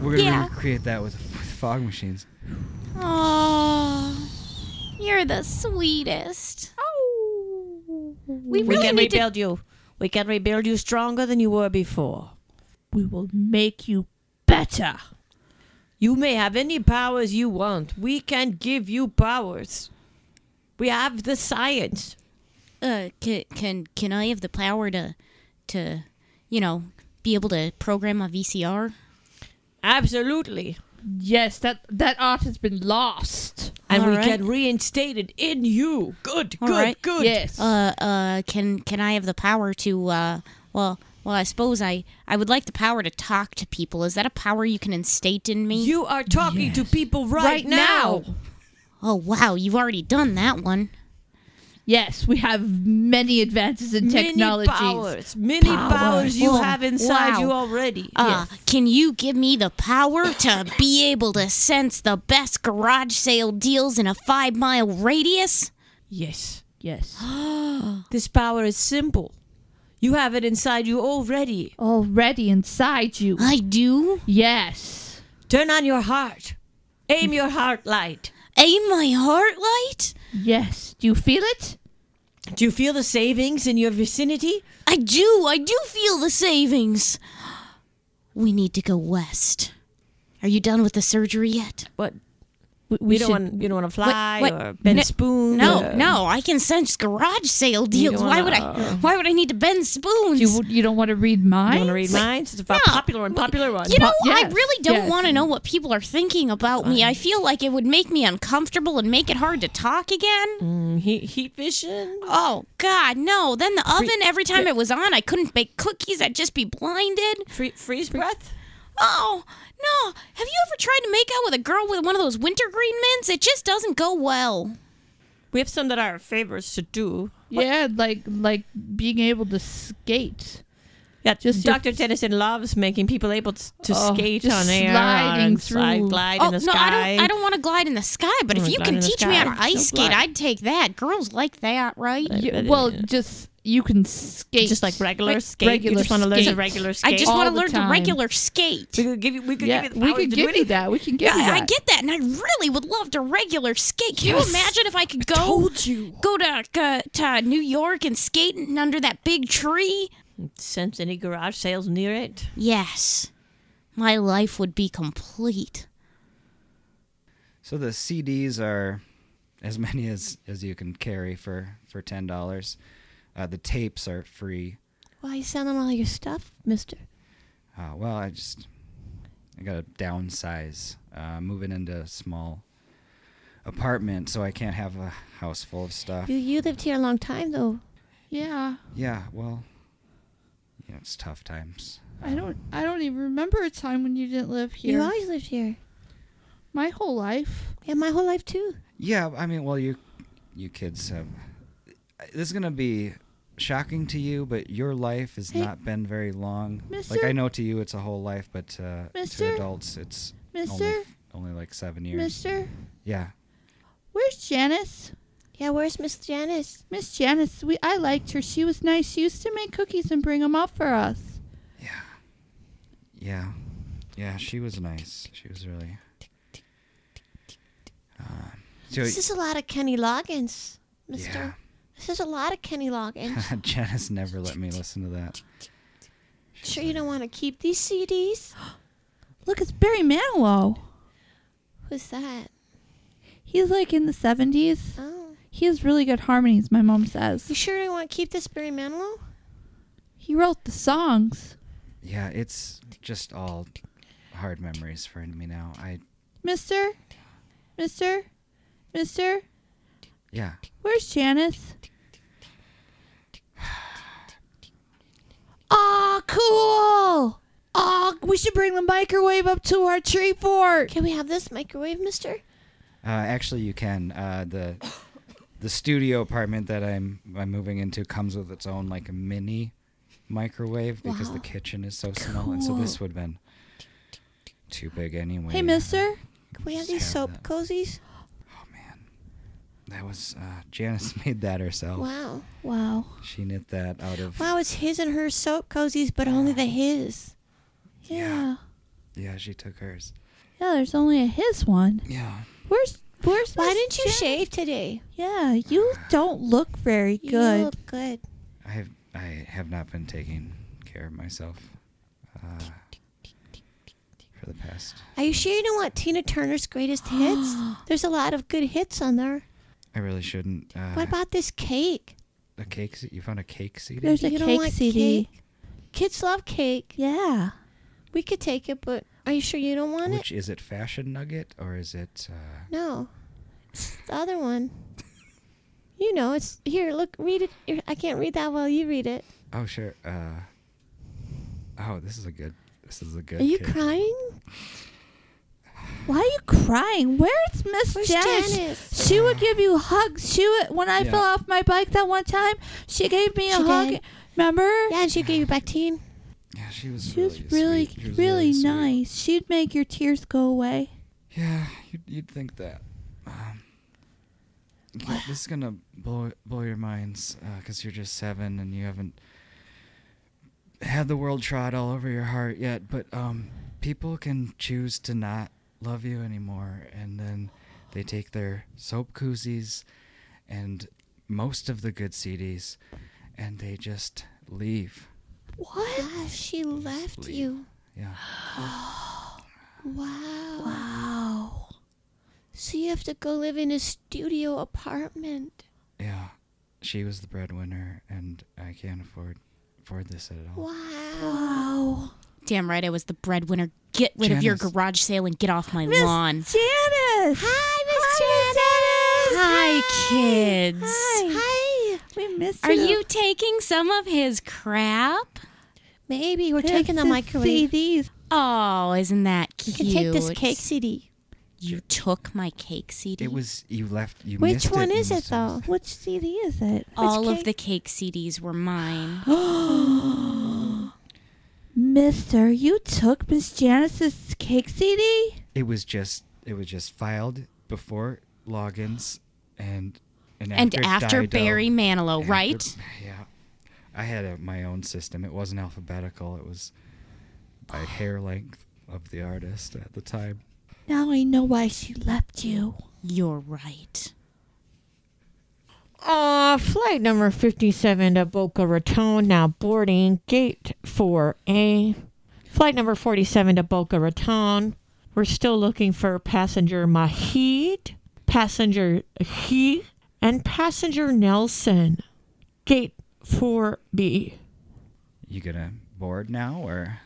We're gonna Yeah. recreate that with, with fog machines. Oh, you're the sweetest. We We really can need to. rebuild you. We can rebuild you stronger than you were before. We will make you better. You may have any powers you want. We can give you powers. We have the science. Uh, can, can can I have the power to, to, you know, be able to program a VCR? Absolutely. Yes, that that art has been lost. And All we right. can reinstate it in you. Good, All good, right. good. Yes. Uh, uh, can can I have the power to? Uh, well, well, I suppose I I would like the power to talk to people. Is that a power you can instate in me? You are talking to people right, Right now. oh wow, you've already done that one. Yes, we have many advances in Many technologies. powers, many powers, you Oh, have inside wow. you already. Uh, can you give me the power to be able to sense the best garage sale deals in a five mile radius? yes. Yes. This power is simple. You have it inside you already. Already inside you. I do. Yes. Turn on your heart. Aim your heart light. Aim my heart light? Yes. Do you feel it? Do you feel the savings in your vicinity? I do. I do feel the savings. We need to go west. Are you done with the surgery yet? What We, you we don't should. want you don't want to fly what- or bend no- spoon. No, or- no, I can sense garage sale deals. don't Why would I? wanna- Why would I need to bend spoons? You, you don't want to read mine? You want to read minds? It's about No. popular and popular ones. You know, But- I yes, really don't yes. want to know what people are thinking about me. I feel like it would make me uncomfortable and make it hard to talk again. heat, heat vision. Oh God, no! Then the oven. Every time it was on, I couldn't bake cookies. I'd just be blinded. Free, freeze breath. Oh no! Have you ever tried to make out with a girl with one of those wintergreen mints? It just doesn't go well. We have some that are favors to do. Yeah, like like being able to skate. Yeah, Just your- Dr. Tennyson loves making people able to, to Oh, skate just on air sliding and slide, through. glide oh in the no, sky. I don't. I don't want to glide in the sky. But if wanna you glide can in the teach me how to sky. Don't ice skate, glide. I'd take that. Girls like that, right? Yeah, but, well, uh, just you can skate just like regular Re- skate. you regular just want to learn to skate. regular skate. I just all want to the learn to time. regular skate. we could give you. We could Yeah, give you. The we power could to give do you anything. that. We can give Yeah, you that. I get that, and I really would love to regular skate. Can Yes. you imagine if I could go Told you. go to uh, to New York and skate under that big tree? Sense any garage sales near it? Yes. My life would be complete. So the CDs are as many as as you can carry for for ten dollars. Uh, the tapes are free. Why you selling all your stuff, Mister? Uh, well, I just I got to downsize, uh, moving into a small apartment, so I can't have a house full of stuff. You you lived here a long time though. Yeah. Yeah, well, you know, it's tough times. I don't I don't even remember a time when you didn't live here. You always lived here. My whole life. Yeah, my whole life too. Yeah, I mean, well, you you kids have. This is gonna be shocking to you, but your life has Hey, not been very long. Like mister? I know to you, it's a whole life, but uh, Mister? to adults, it's only Mister? only like seven years. Mister? Yeah. Where's Janice? Yeah, where's Miss Janice? Miss Janice, we I liked her. She was nice. She used to make cookies and bring them up for us. Yeah. Yeah. Yeah, she was nice. She was really. Uh, so, This is a lot of Kenny Loggins, Mister. yeah. This is a lot of Kenny Loggins. Janice never let me listen to that. sure, you don't want to keep these CDs? Look, it's Barry Manilow. Who's that? He's like in the 70s. Oh, He has really good harmonies, my mom you says. sure you want to keep this Barry Manilow? He wrote the songs. Yeah, it's just all hard memories for me now. I Mister? Mister? Mister? yeah. Where's Janice? Aw, cool! Aw, we should bring the microwave up to our tree fort! Can we have this microwave, Mister? Uh, actually, you can. Uh, the the studio apartment that I'm I'm moving into comes with its own like mini microwave because the Wow. kitchen is so small, and so this would have been too big anyway. Hey, mister? Can we have Just these have soap that. cozies? Oh man, that was uh, Janice made that herself. Wow. Wow. She knit that out of Wow, it's his and her soap cozies, but only the his. Yeah. yeah. She took hers. Yeah, there's only a his one. Yeah. Where's where's Why Miss didn't you Janice? shave today? Yeah, you don't look very You good. look good. I have I have not been taking care of myself uh, for the past. Are you sure you don't want Tina Turner's greatest hits? There's a lot of good hits on there. I really shouldn't. Uh, What about this cake? a cake? se- You found a cake CD? There's a You don't cake want CD. cake? Kids love cake. Yeah. We could take it, but are you sure you don't want it? Which is it? Fashion nugget or is it? Uh, No. It's the other one. You know, it's here, look, read it. Here, I can't read that while you read it. oh sure. Uh, oh, this is a good. This is a good. Are you cake. crying? Why are you crying? Where's Miss Where's Janice? Janice? She would give you hugs. She would when I Yeah. fell off my bike that one time. She gave me a She hug. did. Remember? Yeah, and she gave you back teen. Yeah, she was. She was really, really, sweet. She really, was really sweet. nice. She'd make your tears go away. Yeah, you'd, you'd think that. Um, yeah, this is gonna blow blow your minds because you're just seven and you haven't had the world trod all over your heart yet. But um, people can choose to not love you anymore, and then they take their soap koozies and most of the good CDs, and they just leave. What? she left leave. you. Yeah. Wow. Wow. So you have to go live in a studio apartment. Yeah, she was the breadwinner, and I can't afford afford this at all. Wow. Damn right I was the breadwinner. Get rid of your Janice. garage sale and get off my Miss lawn. Janice. Hi, kids. Hi. We missed Are you. you taking some of his crap? Maybe we're This taking the is microwave. CDs? Oh, isn't that You cute? can take this cake CD. You took my cake CD. It was you left. You Which missed one it. is you it though? Which CD is it? All of cake? the cake CDs were mine. Mister, you took Miss Janice's cake CD? It was just. It was just filed before logins, and and and after, after Dido, Barry Manilow, after- right? Yeah, I had a, my own system. It wasn't alphabetical. It was by hair length of the artist at the time. Now I know why she left you. You're right. Uh, flight number 57 to Boca Raton, now boarding gate 4A. Flight number 47 to Boca Raton. We're still looking for passenger Mahid, passenger He, and passenger Nelson. Gate 4B. You gonna board now, or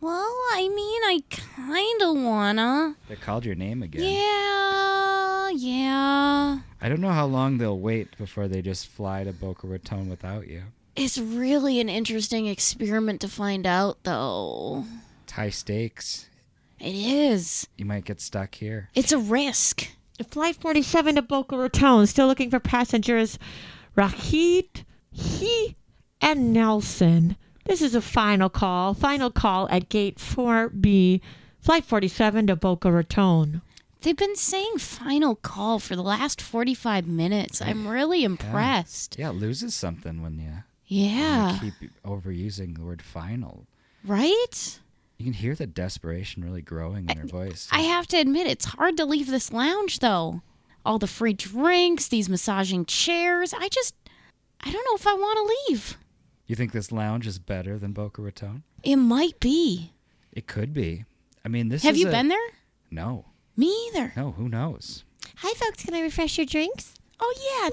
Well, I mean, I kind of wanna. they called your name again? Yeah, yeah. I don't know how long they'll wait before they just fly to Boca Raton without you. It's really an interesting experiment to find out, though. It's high stakes. It is. You might get stuck here. It's a risk. Flight 47 to Boca Raton. Still looking for passengers Rahid, He, and Nelson. This is a final call. Final call at gate 4B. Flight 47 to Boca Raton. They've been saying final call for the last 45 minutes. I'm really impressed. Yeah, it loses something when you, when Yeah. you keep overusing the word final. Right? You can hear the desperation really growing in their voice. I have to admit, it's hard to leave this lounge, though. All the free drinks, these massaging chairs. I just, I don't know if I want to leave. you think this lounge is better than Boca Raton? It might be. It could be. I mean, this have is you a- been there? No, Me either. no. Who knows? Hi, folks. Can I refresh your drinks? Oh, yeah.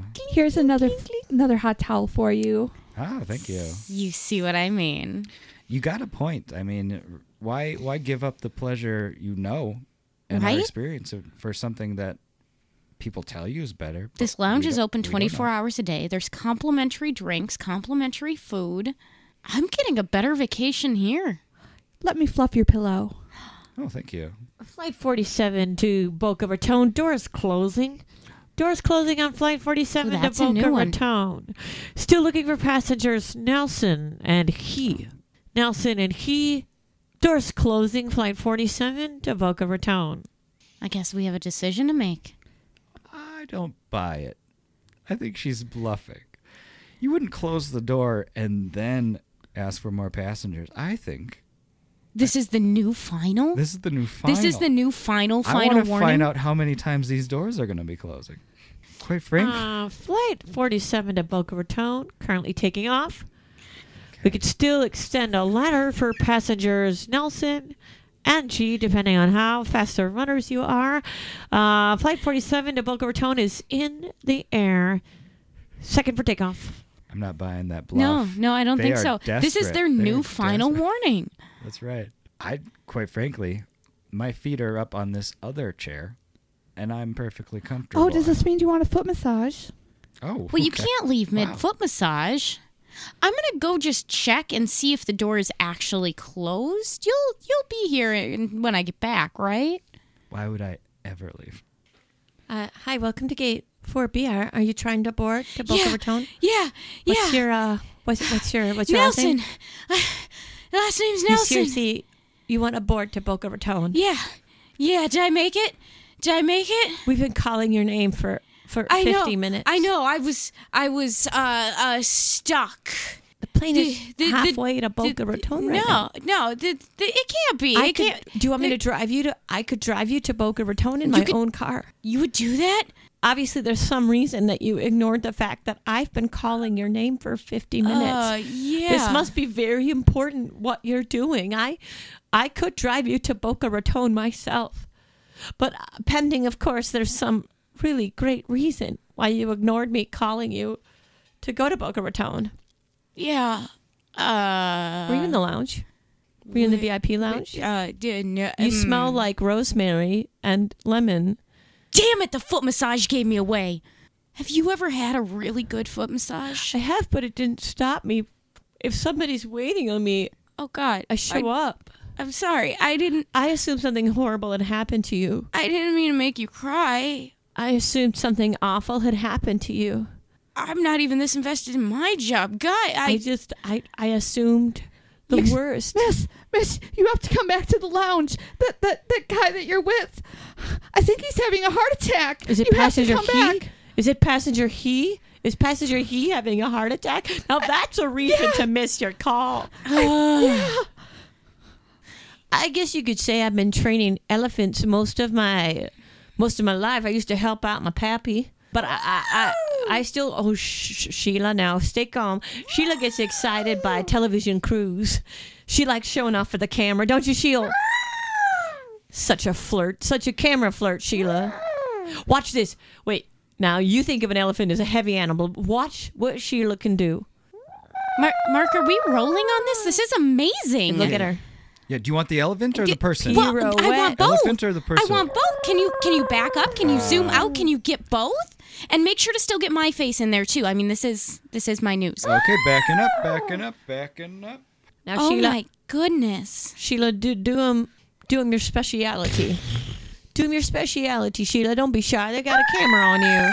Thank you. Here's another another hot towel for you. Ah, thank you. You see what I mean? You got a point. I mean, why why give up the pleasure you know and Right? our experience of- for something that people tell you is better? but This lounge we is don't- open we don't 24 know. hours a day. There's complimentary drinks, complimentary food. I'm getting a better vacation here. Let me fluff your pillow. Oh, thank you. Flight 47 to Boca Raton. Doors closing. Doors closing on Flight 47 Ooh, to that's a new Boca one. Raton. Still looking for passengers Nelson and he. Nelson and he. Doors closing. Flight 47 to Boca Raton. I guess we have a decision to make. I don't buy it. I think she's bluffing. You wouldn't close the door and then ask for more passengers. I think This is the new final? this is the new final. This is the new final, I final wanna warning. find out how many times these doors are going to be closing. Quite frankly, Uh, flight 47 to Boca Raton, currently taking off. We could still extend a ladder for passengers Nelson and G, depending on how fast the runners you are. Uh, flight 47 to Boca Raton is in the air. Second for takeoff. I'm not buying that no, bluff. no, I don't They think so. are This is their desperate. They're new final desperate. warning. That's right. I, quite frankly, my feet are up on this other chair, and I'm perfectly comfortable. Oh, does this mean you want a foot massage? Oh, Well, you can't leave mid foot massage. I'm gonna go just check and see if the door is actually closed. You'll you'll be here in- when I get back, right? Why would I ever leave? Uh, hi, welcome to gate 4BR. Are you trying to board to Boca Yeah. Raton? Yeah, What's your, uh, what's, what's your, what's your last Nelson. name? last name's You Nelson. seriously, you want to board to Boca Raton? yeah, yeah. Did I make it? Did I make it? We've been calling your name for, for I 50 know. minutes. I know. I was. I was. Uh. Uh. Stuck. The plane The- is the- the- halfway to Boca the- Raton No. right now. No. The, the, it can't be. I it could. can't. Do you want me to drive you to? I could drive you to Boca Raton in my could- own car. You would do that? Obviously, there's some reason that you ignored the fact that I've been calling your name for 50 minutes. Uh. Yeah. This must be very important what you're doing. I, I could drive you to Boca Raton myself, but uh, pending, of course, there's some really great reason why you ignored me calling you to go to Boca Raton. Yeah. Uh. Were you in the lounge? Were you in the VIP lounge? Uh, d- no, You mm. smell like rosemary and lemon. Damn it! The foot massage gave me away. Have you ever had a really good foot massage? I have, but it didn't stop me. If somebody's waiting on me, Oh God, I show up. I'm sorry. I didn't. I assumed something horrible had happened to you. I didn't mean to make you cry. I assumed something awful had happened to you. I'm not even this invested in my job, guy. I, I just, I, I assumed the Yes. worst. Miss, miss, you have to come back to the lounge. That that that guy that you're with, I think he's having a heart attack. Is it you passenger have to he? come back. Is it passenger he? Is passenger he having a heart attack? Now that's a reason to miss your call. I guess you could say I've been training elephants most of my most of my life. I used to help out my pappy, but I I, I, I still oh sh- sh- Sheila now stay calm. Sheila gets excited by television crews. She likes showing off for the camera, don't you, Sheila? such a flirt, such a camera flirt, Sheila. Watch this. Wait, now you think of an elephant as a heavy animal. Watch what Sheila can do. Mar- Mark, are we rolling on this? This is amazing. Look at her. Yeah. Do you want the elephant or the person? Well, I Pirouette. want both. Elephant or the person? I want both. Can you can you back up? Can Uh, you zoom out? Can you get both? And make sure to still get my face in there too. I mean, this is this is my news. Oh, Okay, backing up, backing up, backing up. Now, Oh Sheila, my goodness! Sheila, do do 'em- do 'em your speciality. Do 'em your speciality, Sheila. Don't be shy. They got a camera on you.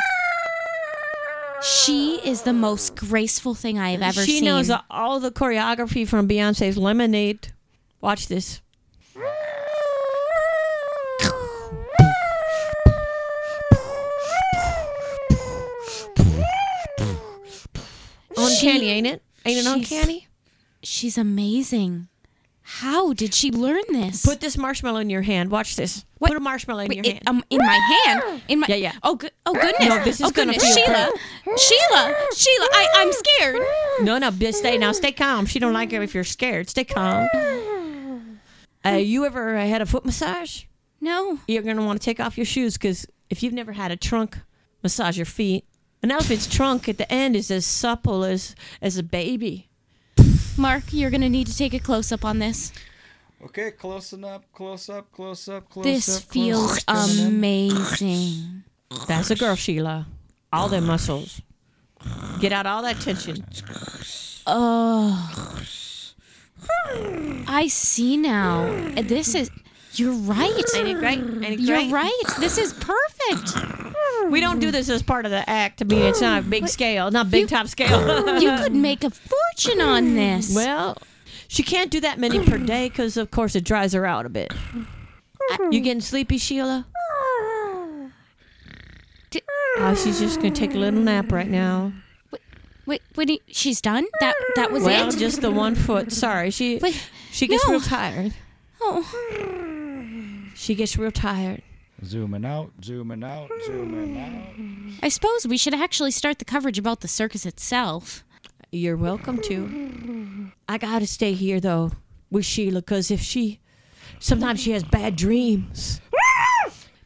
She is the most graceful thing I have ever she seen. knows all the choreography from Beyonce's Lemonade. Watch this. Uncanny, ain't it? Ain't it she's- uncanny? She's amazing. How did she learn this? Put this marshmallow in your hand. Watch this. What? Put a marshmallow in Wait, your it- hand. um, in my hand, in my Yeah, yeah. Oh, good. Oh, goodness. No, this is oh, gonna goodness. feel Sheila, Sheila, Sheila. I, I'm scared. No, no, but stay now. Stay calm. She don't like it if you're scared. Stay calm. Uh, you ever had a foot massage? No, You're gonna want to take off your shoes because if you've never had a trunk massage your feet, an elephant's trunk at the end is as supple as as a baby. Mark, you're gonna need to take a close up on this. Okay, close up, close up, close up, close This up. feels um, amazing. That's a girl, Sheila. All their muscles. Get out all that tension. Oh, I see now. This is. You're right. Ain't it great? Ain't it You're great? right. This is perfect. We don't do this as part of the act. I mean, it's not a big scale, not big top scale. You could make a fortune on this. well, she can't do that many per day because, of course, it dries her out a bit. You getting sleepy, Sheila? Di- Oh, she's just gonna take a little nap right now. Wait, wait, he- she's done? That that was Well, it? just the one foot. Sorry, she Wait, she gets no. real tired. oh. She gets real tired. Zooming out, zooming out, zooming out. I suppose we should actually start the coverage about the circus itself. You're welcome to. I gotta stay here though with Sheila, cause if she, sometimes she has bad dreams.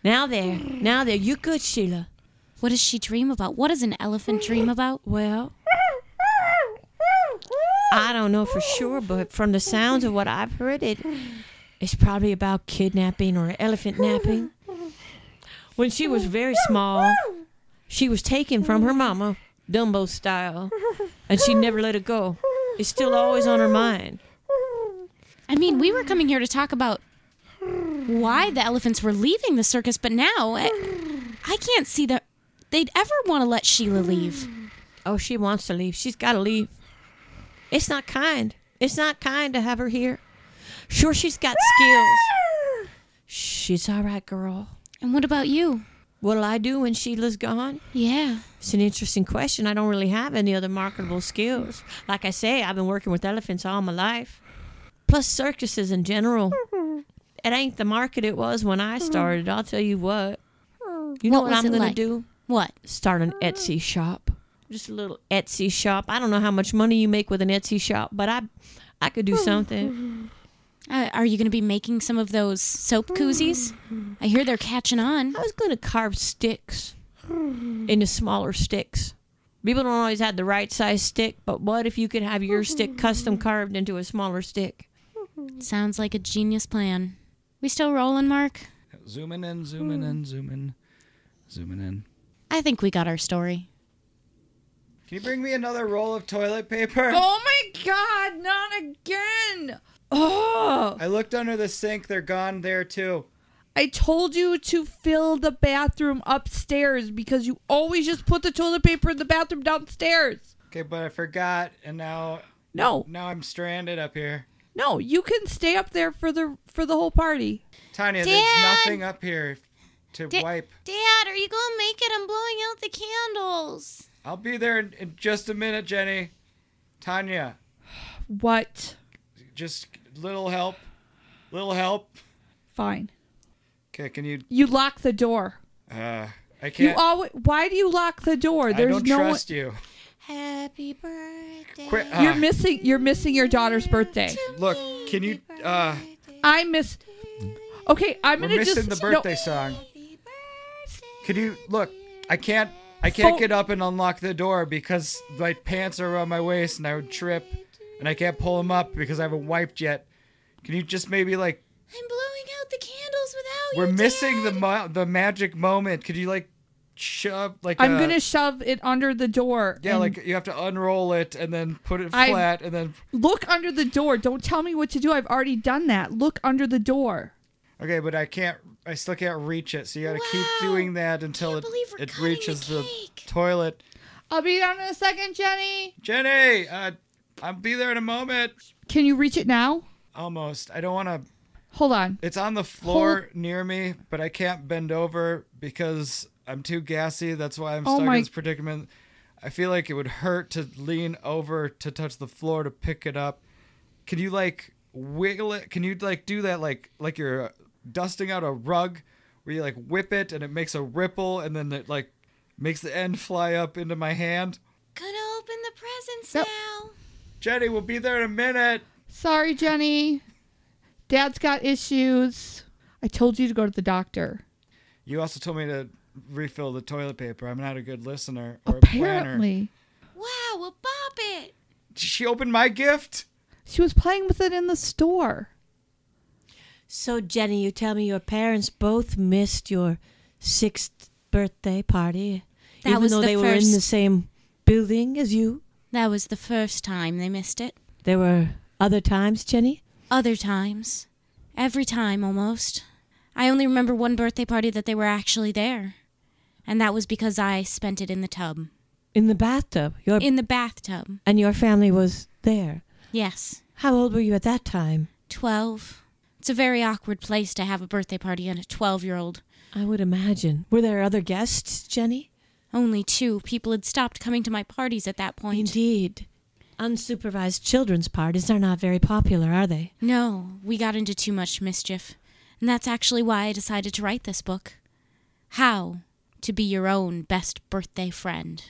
now there, now there, you good, Sheila? What does she dream about? What does an elephant dream about? Well, I don't know for sure, but from the sounds of what I've heard, it it's probably about kidnapping or elephant napping. When she was very small, she was taken from her mama, Dumbo style, and she never let it go. It's still always on her mind. I mean, we were coming here to talk about why the elephants were leaving the circus, but now I, I can't see that they'd ever want to let Sheila leave. Oh, she wants to leave. She's got to leave. It's not kind. It's not kind to have her here. Sure, she's got skills. She's all right, girl. And what about you? What'll I do when Sheila's gone? Yeah. It's an interesting question. I don't really have any other marketable skills. Like I say, I've been working with elephants all my life. Plus circuses in general. It ain't the market it was when I started, I'll tell you what. Oh You know What what, was I'm it gonna like? do? What? Start an Etsy shop. Just a little Etsy shop. I don't know how much money you make with an Etsy shop, but I I could do something. Uh, are you going to be making some of those soap koozies? I hear they're catching on. I was gonna carve sticks into smaller sticks. People don't always have the right size stick, but what if you could have your stick custom carved into a smaller stick? Sounds like a genius plan. We still rolling, Mark? Zooming in, zooming in, zooming, zooming in. I think we got our story. Can you bring me another roll of toilet paper? Oh my god, not again! Oh, I looked under the sink. They're gone there too. I told you to fill the bathroom upstairs because you always just put the toilet paper in the bathroom downstairs. Okay, but I forgot, and now No, now I'm stranded up here. no, you can stay up there for the for the whole party. Tanya, Dad! there's nothing up here to wipe. Dad, are you gonna make it? I'm blowing out the candles. I'll be there in, in just a minute, Jenny. Tanya, What? just little help, little help. Fine. Okay, can you? You lock the door. Uh, I You can't. always. Why do you lock the door? I There's don't no. trust you. Happy birthday. Quit. You're ah. missing you're missing your daughter's birthday. Look, can you? Uh, I miss Okay, I'm we're gonna missing just the no. birthday song. Can you look? I can't. I can't Fo- get up and unlock the door because my pants are around my waist and I would trip, and I can't pull them up because I haven't wiped yet. Can you just maybe like? I'm blowing out the candles without We're you. missing the mo- the magic moment. Could you like shove like? I'm uh, gonna shove it under the door. Yeah, and like you have to unroll it and then put it I- flat and then. look under the door. Don't tell me what to do. I've already done that. Look under the door. Okay, but I can't. I still can't reach it, so you gotta keep Wow. doing that until Can't it believe we're it cutting the reaches the, cake. toilet. I'll be down in a second, Jenny. Jenny, uh, I'll be there in a moment. Can you reach it now? Almost. I don't want to. Hold on. It's on the floor near me, but I can't bend over because I'm too gassy. That's why I'm Oh stuck my- in this predicament. I feel like it would hurt to lean over to touch the floor to pick it up. Can you like wiggle it? Can you like do that like like you're uh, dusting out a rug where you like whip it and it makes a ripple and then it like makes the end fly up into my hand? Gonna open the presents Yep. now. Jenny, we'll be there in a minute. Sorry, Jenny. Dad's got issues. I told you to go to the doctor. You also told me to refill the toilet paper. I'm not a good listener or a planner. Apparently, Wow, well, bop it. she opened my gift. she was playing with it in the store. So, Jenny, you tell me your parents both missed your sixth birthday party, That even was though the they were in the first- same building as you. That was the first time they missed it. There were other times, Jenny. Other times. Every time, almost. I only remember one birthday party that they were actually there. And that was because I spent it in the tub. In the bathtub, your In the bathtub. and your family was there. Yes. How old were you at that time? 12. It's a very awkward place to have a birthday party and a 12 year old. I would imagine. Were there other guests, Jenny? Only two people had stopped coming to my parties at that point. Indeed. Unsupervised children's parties are not very popular, are they? No, we got into too much mischief. And that's actually why I decided to write this book. How to be your own best birthday friend.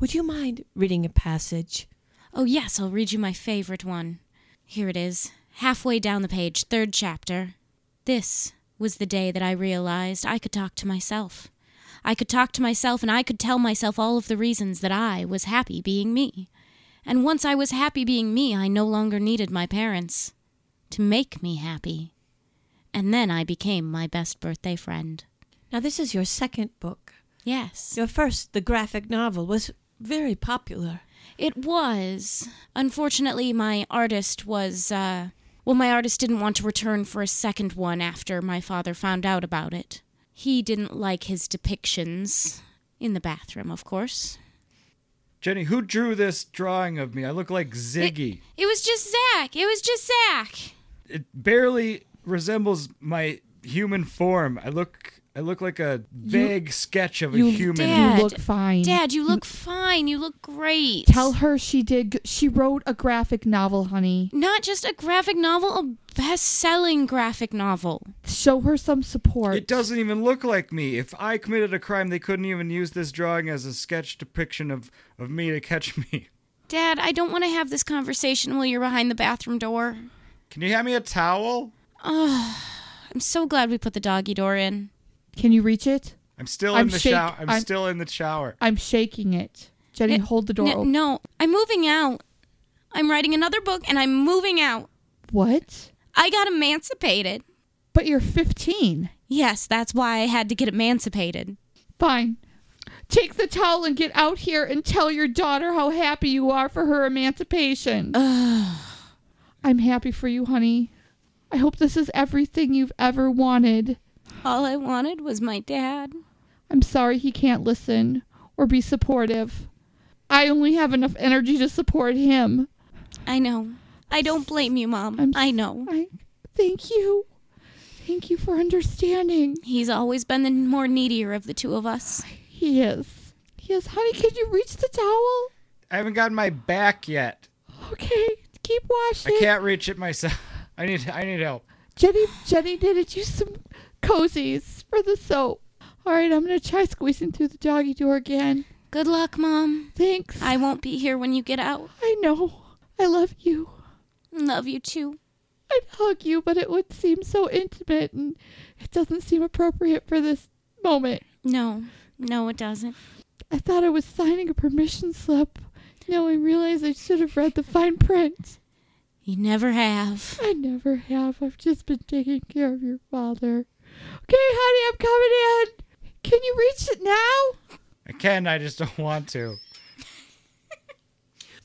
Would you mind reading a passage? Oh, yes, I'll read you my favorite one. Here it is, halfway down the page, third chapter. This was the day that I realized I could talk to myself. I could talk to myself and I could tell myself all of the reasons that I was happy being me. And once I was happy being me, I no longer needed my parents to make me happy. And then I became my best birthday friend. Now, this is your second book. Yes. Your first, the graphic novel, was very popular. It was. Unfortunately, my artist was, uh, well, my artist didn't want to return for a second one after my father found out about it. He didn't like his depictions. In the bathroom, of course. Jenny, who drew this drawing of me? I look like Ziggy. It was just Zach. It was just Zach. It, barely resembles my human form. I look I look like a vague sketch of a you human. did. Dad. You look fine. Dad, you look fine. You look great. Tell her she did. g- She wrote a graphic novel, honey. Not just a graphic novel, a best selling graphic novel. Show her some support. It doesn't even look like me. If I committed a crime, they couldn't even use this drawing as a sketch depiction of, of me to catch me. Dad, I don't want to have this conversation while you're behind the bathroom door. Can you hand me a towel? I'm so glad we put the doggy door in. Can you reach it? I'm still I'm in the shak- shower. I'm, I'm- still in the shower. I'm shaking it. Jenny, N- hold the door N- open. No, I'm moving out. I'm writing another book and I'm moving out. What? I got emancipated. But you're 15. Yes, that's why I had to get emancipated. Fine. Take the towel and get out here and tell your daughter how happy you are for her emancipation. I'm happy for you, honey. I hope this is everything you've ever wanted. All I wanted was my dad. I'm sorry he can't listen or be supportive. I only have enough energy to support him. I know. I don't blame you, Mom. I'm- I know. I thank you. Thank you for understanding. He's always been the more needier of the two of us. He is. He is. Honey, can you reach the towel? I haven't gotten my back yet. Okay. Keep I washing. can't reach it myself. I need I need help. Jenny, Jenny knitted you some cozies for the soap. All right, I'm gonna try squeezing through the doggy door again. Good luck, Mom. Thanks. I won't be here when you get out. I know. I love you. Love you too. I'd hug you, but it would seem so intimate and it doesn't seem appropriate for this moment. No, no, it doesn't. I thought I was signing a permission slip. Now I realize I should have read the fine print. You never have. I never have. I've just been taking care of your father. Okay, honey, I'm coming in. Can you reach it now? I can, I just don't want to.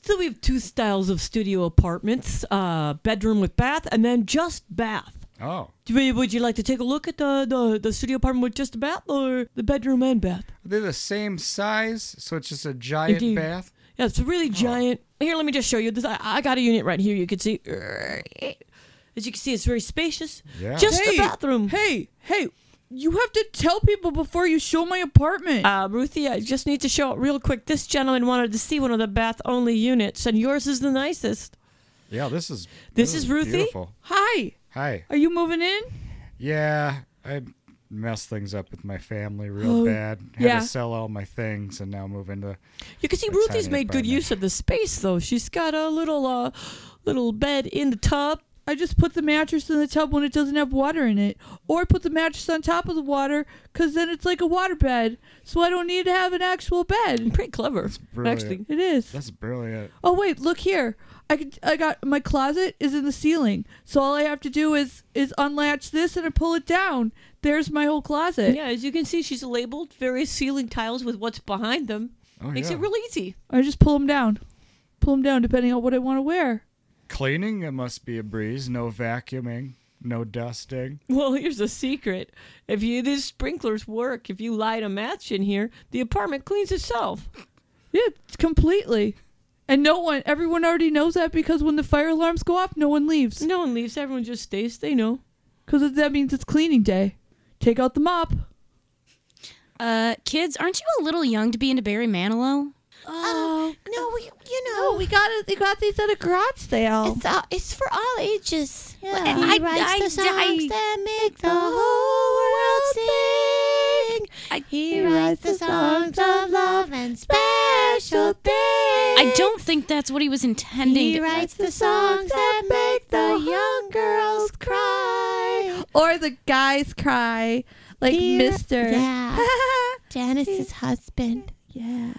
So we have two styles of studio apartments: uh, bedroom with bath, and then just bath. Oh. Do you- Would you like to take a look at the, the, the studio apartment with just a bath, or the bedroom and bath? They're the same size, so it's just a giant Indeed. bath. Yeah, it's really Oh. giant. Here, let me just show you this. I, I got a unit right here. You can see. As you can see, it's very spacious. Yeah. Just Hey, the bathroom. Hey, hey, you have to tell people before you show my apartment. Uh, Ruthie, I just need to show it real quick. This gentleman wanted to see one of the bath only units, and yours is the nicest. Yeah, this is This is Ruthie? Beautiful. Hi, Hi. are you moving in? Yeah, I messed things up with my family real Oh, bad. Had yeah. to sell all my things and now move into You can see A Ruthie's tiny made good apartment. use of the space, though. She's got a little uh, little bed in the tub. I just put the mattress in the tub when it doesn't have water in it, or I put the mattress on top of the water because then it's like a water bed, so I don't need to have an actual bed. Pretty clever, brilliant. actually. It is. That's brilliant. Oh wait, look here. I could, I got my closet is in the ceiling, so all I have to do is is unlatch this and I pull it down. There's my whole closet. Yeah, as you can see, she's labeled various ceiling tiles with what's behind them. Oh, Makes yeah. it real easy. I just pull them down, pull them down depending on what I want to wear. Cleaning, it must be a breeze. No vacuuming, no dusting. Well, here's the secret: if you these sprinklers work, if you light a match in here, the apartment cleans itself. Yeah, it's completely. And no one, everyone already knows that because when the fire alarms go off, no one leaves. No one leaves; everyone just stays. They know. Because that means it's cleaning day. Take out the mop. Uh, kids, aren't you a little young to be into Barry Manilow? Uh, Oh no, we you know we got it. They got these at a garage sale. It's, all, it's for all ages. Yeah. I- he writes I- the songs I- that make the whole world sing. he writes the songs of love and special things. I don't think that's what he was intending. He to- writes the songs that make the young girls cry. Or the guys cry like He- Mister. Yeah. Janice's husband. Yeah.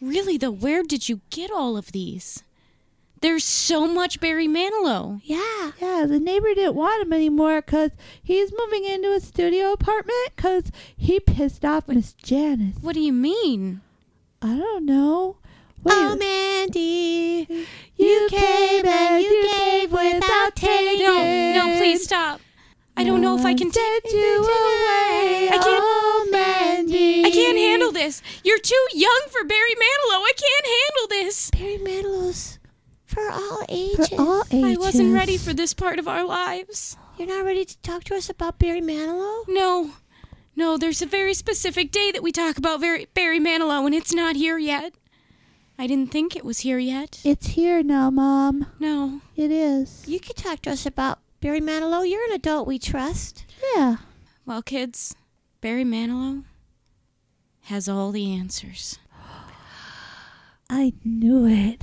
Really though, where did you get all of these? There's so much Barry Manilow. Yeah. Yeah, the neighbor didn't want him anymore because he's moving into a studio apartment because he pissed off Miss Janice. What do you mean? I don't know. Wait, Oh, Mandy. you came and you gave without taking. No, no, please stop. I don't know if I can take Sent you away, I can't- oh Mandy. I can't handle this. You're too young for Barry Manilow. I can't handle this. Barry Manilow's for all ages. For all I ages. wasn't ready for this part of our lives. You're not ready to talk to us about Barry Manilow? No. No, there's a very specific day that we talk about Barry, Barry Manilow, and it's not here yet. I didn't think it was here yet. It's here now, Mom. No. It is. You can talk to us about Barry Manilow. You're an adult we trust. Yeah. Well, kids, Barry Manilow has all the answers. I knew it.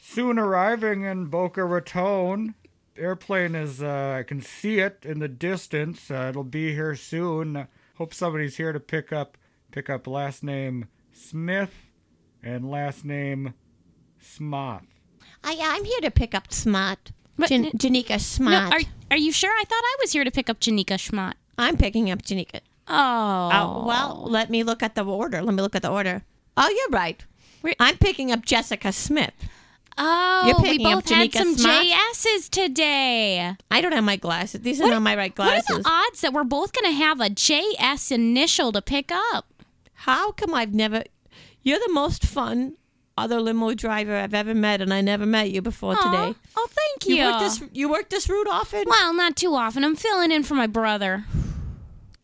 Soon arriving in Boca Raton. Airplane is, uh, I can see it in the distance. Uh, it'll be here soon. Hope somebody's here to pick up, pick up last name Smith and last name Smoth. I, I'm here to pick up Smart. But- Jan- Janika Smart. No, are, are you sure? I thought I was here to pick up Janika Schmott. I'm picking up Janika. Oh. Oh, well, let me look at the order. Let me look at the order. Oh, you're right. Where- I'm picking up Jessica Smith. Oh, You're we picking up both had Janika some Schmott? JS's today. I don't have my glasses. These are What- not my right What are glasses. the odds that we're both going to have a JS initial to pick up? How come I've never? You're the most fun other limo driver I've ever met, and I never met you before Aw. today. Oh, thank you. You work this. You work this route often. Well, not too often. I'm filling in for my brother.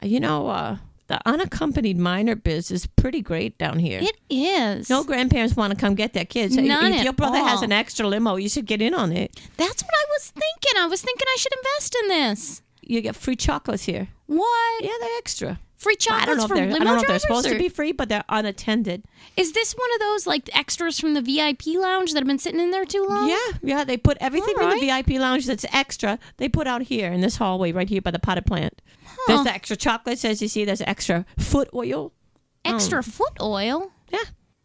You know, uh, the unaccompanied minor biz is pretty great down here. It is. no grandparents want to come get their kids. None if at your brother has all. an extra limo, you should get in on it. That's what I was thinking. I was thinking I should invest in this. You get free chocolates here. What? Yeah, they're extra. Free I chocolates don't know if for they're, limo I don't know if they're drivers, supposed or- to be free, but they're unattended. Is this one of those like extras from the VIP lounge that have been sitting in there too long? Yeah, yeah. They put everything All in the VIP lounge that's extra. They put out here in this hallway right here by the potted plant. There's the extra chocolates, as you see. There's extra foot oil. Oh. Extra foot oil. Yeah.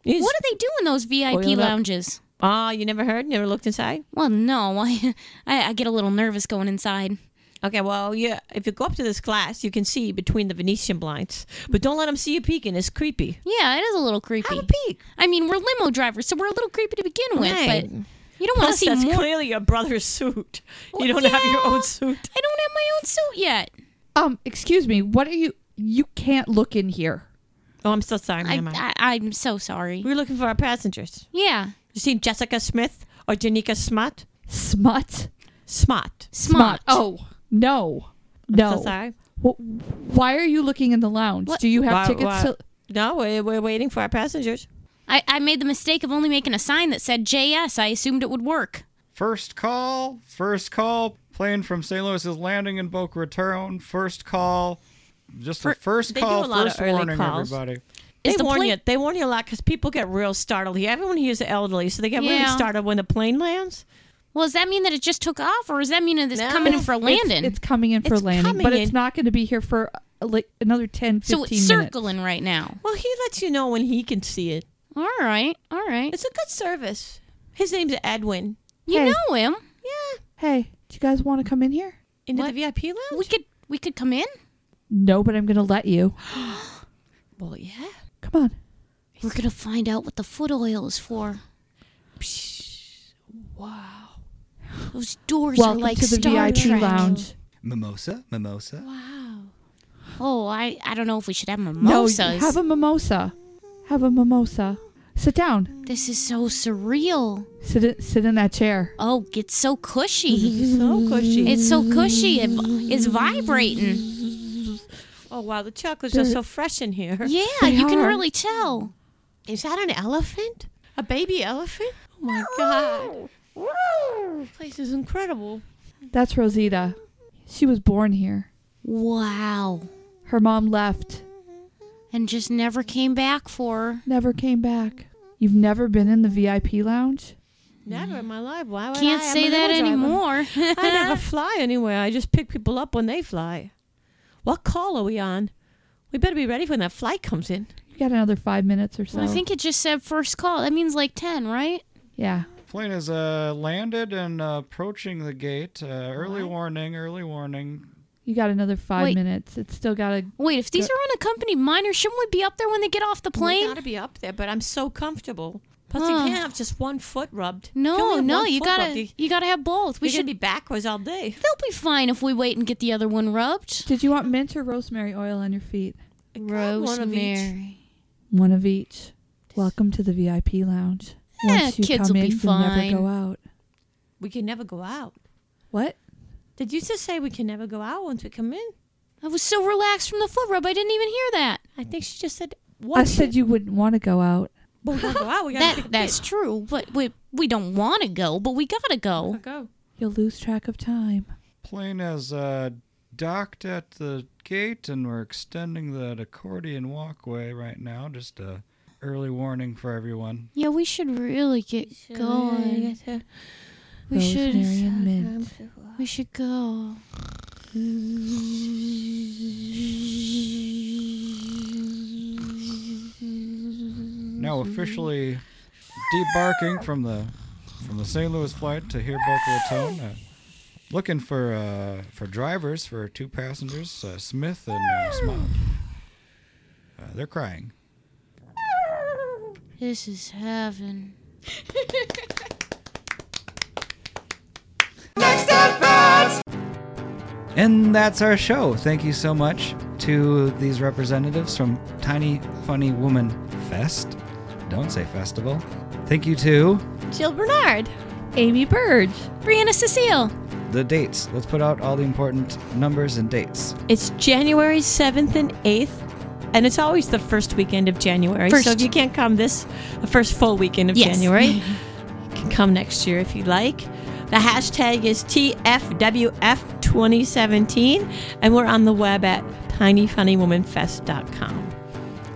Yes. What do they do in those VIP Oiled up. lounges? Ah, you never heard? Never looked inside? Well, no, I, I I get a little nervous going inside. Okay, well, yeah. If you go up to this glass, you can see between the Venetian blinds. But don't let them see you peeking. It's creepy. Yeah, it is a little creepy. Have a peek. I mean, we're limo drivers, so we're a little creepy to begin with. Right. But you don't want to Plus, see that's more. clearly your brother's suit. You don't have your yeah. own suit. I don't have my own suit yet. Um, excuse me, what are you? You can't look in here. Oh, I'm so sorry, I, Mama. I I'm so sorry. We're looking for our passengers. Yeah, You seen Jessica Smith or Janika Smart? Smut. Smart. smart. Oh no, I'm no. so sorry. Wh- why are you looking in the lounge? Do you have Why- tickets why- to? No, we're, we're waiting for our passengers. I I made the mistake of only making a sign that said JS. I assumed it would work. First call, first call. Plane from St. Louis is landing in Boca Raton. First call. Just the Fir- first they do call, a lot of first early warning, calls. everybody. Is they the warn plane- you. They warn you a lot because people get real startled here. Everyone here is elderly, so they get really Yeah. startled when the plane lands. Well, does that mean that it just took off, or does that mean it's No. coming in for It's- landing? It's, coming in for It's landing, coming but it's in. not going to be here for uh, like another 10, 15 so it's minutes. circling right now. Well, he lets you know when he can see it. All right, all right. It's a good service. His name's Edwin. you Hey. know him. Hey, do you guys want to come in here? Into What? the VIP lounge? We could we could come in. No, but I'm going to let you. well, yeah. Come on. We're gonna find out what the foot oil is for. Wow. Those doors Welcome are like to the Star VIP Trek. lounge. Mimosa, mimosa. Oh, I I don't know if we should have No, you- mimosas. have a mimosa. Have a mimosa. Sit down. this is so surreal. Sit in, sit in that chair. Oh, it's so cushy. So cushy. it's so cushy. It, it's vibrating. oh, wow. The chocolates are so fresh in here. Yeah, They you can are. really tell. Is that an elephant? A baby elephant? Oh, my God. This place is incredible. That's Rosita. She was born here. Wow. Her mom left, And just never came back for. her. never came back. You've never been in the VIP lounge? Never in my life. Why would Can't I? I'm a say limo that driver. anymore. I never fly anywhere. I just pick people up when they fly. What call are we on? We better be ready for when that flight comes in. You got another five minutes or so. I think it just said first call. That means like 10, right? yeah. Plane is uh, landed and uh, approaching the gate. Uh, early warning, early warning. You got another five Wait. minutes. It's still got to. Wait, if these are unaccompanied minors, shouldn't we be up there when they get off the We plane? gotta be up there, but I'm so comfortable. Plus, you Huh. can't have just one foot rubbed. can only No, have no, one you foot rubbed. gotta You- you gotta have both. We We should should. be backwards all day. They'll be fine if we wait and get the other one rubbed. Did you want mint or rosemary oil on your feet? I got one of each. One of each. Welcome to the VIP lounge. Eh, Once you kids come will in, be you'll never fine. go out. We can never go out. What? Did you just say we can never go out once we come in? I was so relaxed from the foot rub, I didn't even hear that. I think she just said I once. said you wouldn't want to go out. But we gotta go out. We gotta pick That that's true, but we we don't want to go, but we gotta go. go. You'll lose track of time. Plane has uh, docked at the gate and we're extending that accordion walkway right now. Just a early warning for everyone. Yeah, we should really get going. We Rosemary should and mint. we should go. Now officially debarking from the from the St. Louis flight to here Boca Raton. Uh, looking for uh, for drivers for two passengers, uh, Smith and uh, Smog. Uh, they're crying. This is heaven. And that's our show. Thank you so much to these representatives from Tiny Funny Woman Fest. Don't say festival. Thank you to Jill Bernard. Amy Burge. Brianna Cecile. the dates. Let's put out all the important numbers and dates. It's January 7th and 8th, and it's always the first weekend of January. So if First. you can't come this, the first full weekend of Yes. January, you can come next year if you like. The hashtag is TFWF2017, and we're on the web at tinyfunnywomanfest.com.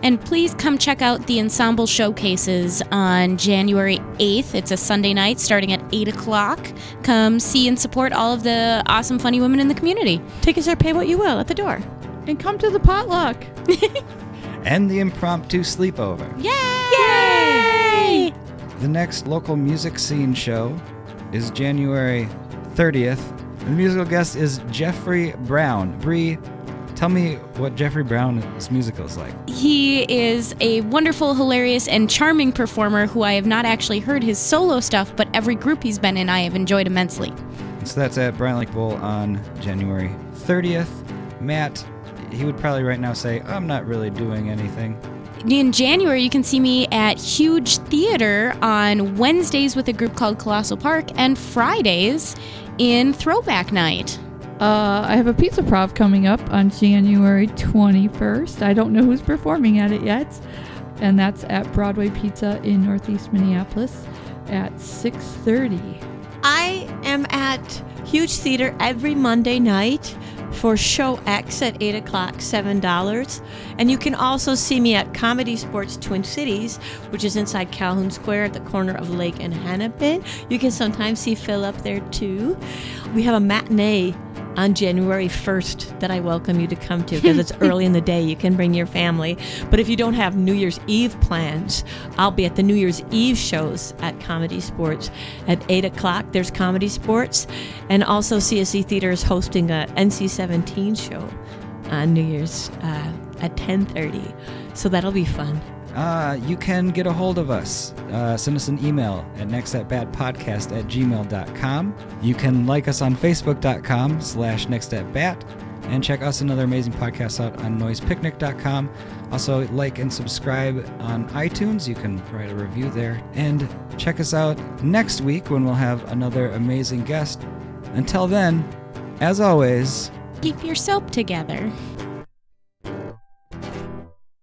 And please come check out the ensemble showcases on January 8th. It's a Sunday night starting at 8 o'clock. Come see and support all of the awesome, funny women in the community. Tickets are pay what you will at the door. And come to the potluck. and the impromptu sleepover. Yay! Yay! The next local music scene show is January 30th. The musical guest is Jeffrey Brown. Bree, tell me what Jeffrey Brown's musical is like. He is a wonderful, hilarious, and charming performer who I have not actually heard his solo stuff, but every group he's been in I have enjoyed immensely. So that's at Bryant Lake Bowl on January 30th. Matt, he would probably right now say, I'm not really doing anything. in January, you can see me at Huge Theater on Wednesdays with a group called Colossal Park and Fridays in Throwback Night. Uh, I have a pizza prov coming up on January 21st. I don't know who's performing at it yet. And that's at Broadway Pizza in Northeast Minneapolis at 6:30. I am at Huge Theater every Monday night for show X at 8 o'clock, $7. And you can also see me at Comedy Sports Twin Cities, which is inside Calhoun Square at the corner of Lake and Hennepin. You can sometimes see Phil up there too. We have a matinee on January 1st that I welcome you to come to because it's early in the day. You can bring your family. But if you don't have New Year's Eve plans, I'll be at the New Year's Eve shows at Comedy Sports at 8 o'clock. There's Comedy Sports. And also, CSC Theater is hosting a NC 17 show on New Year's uh, at 10.30. So that'll be fun. Uh, you can get a hold of us. Uh, send us an email at nextatbatpodcast at gmail.com. You can like us on facebook.com slash nextatbat and check us and other amazing podcasts out on noisepicnic.com. Also, like and subscribe on iTunes. You can write a review there. And check us out next week when we'll have another amazing guest. Until then, as always, Keep your soap together.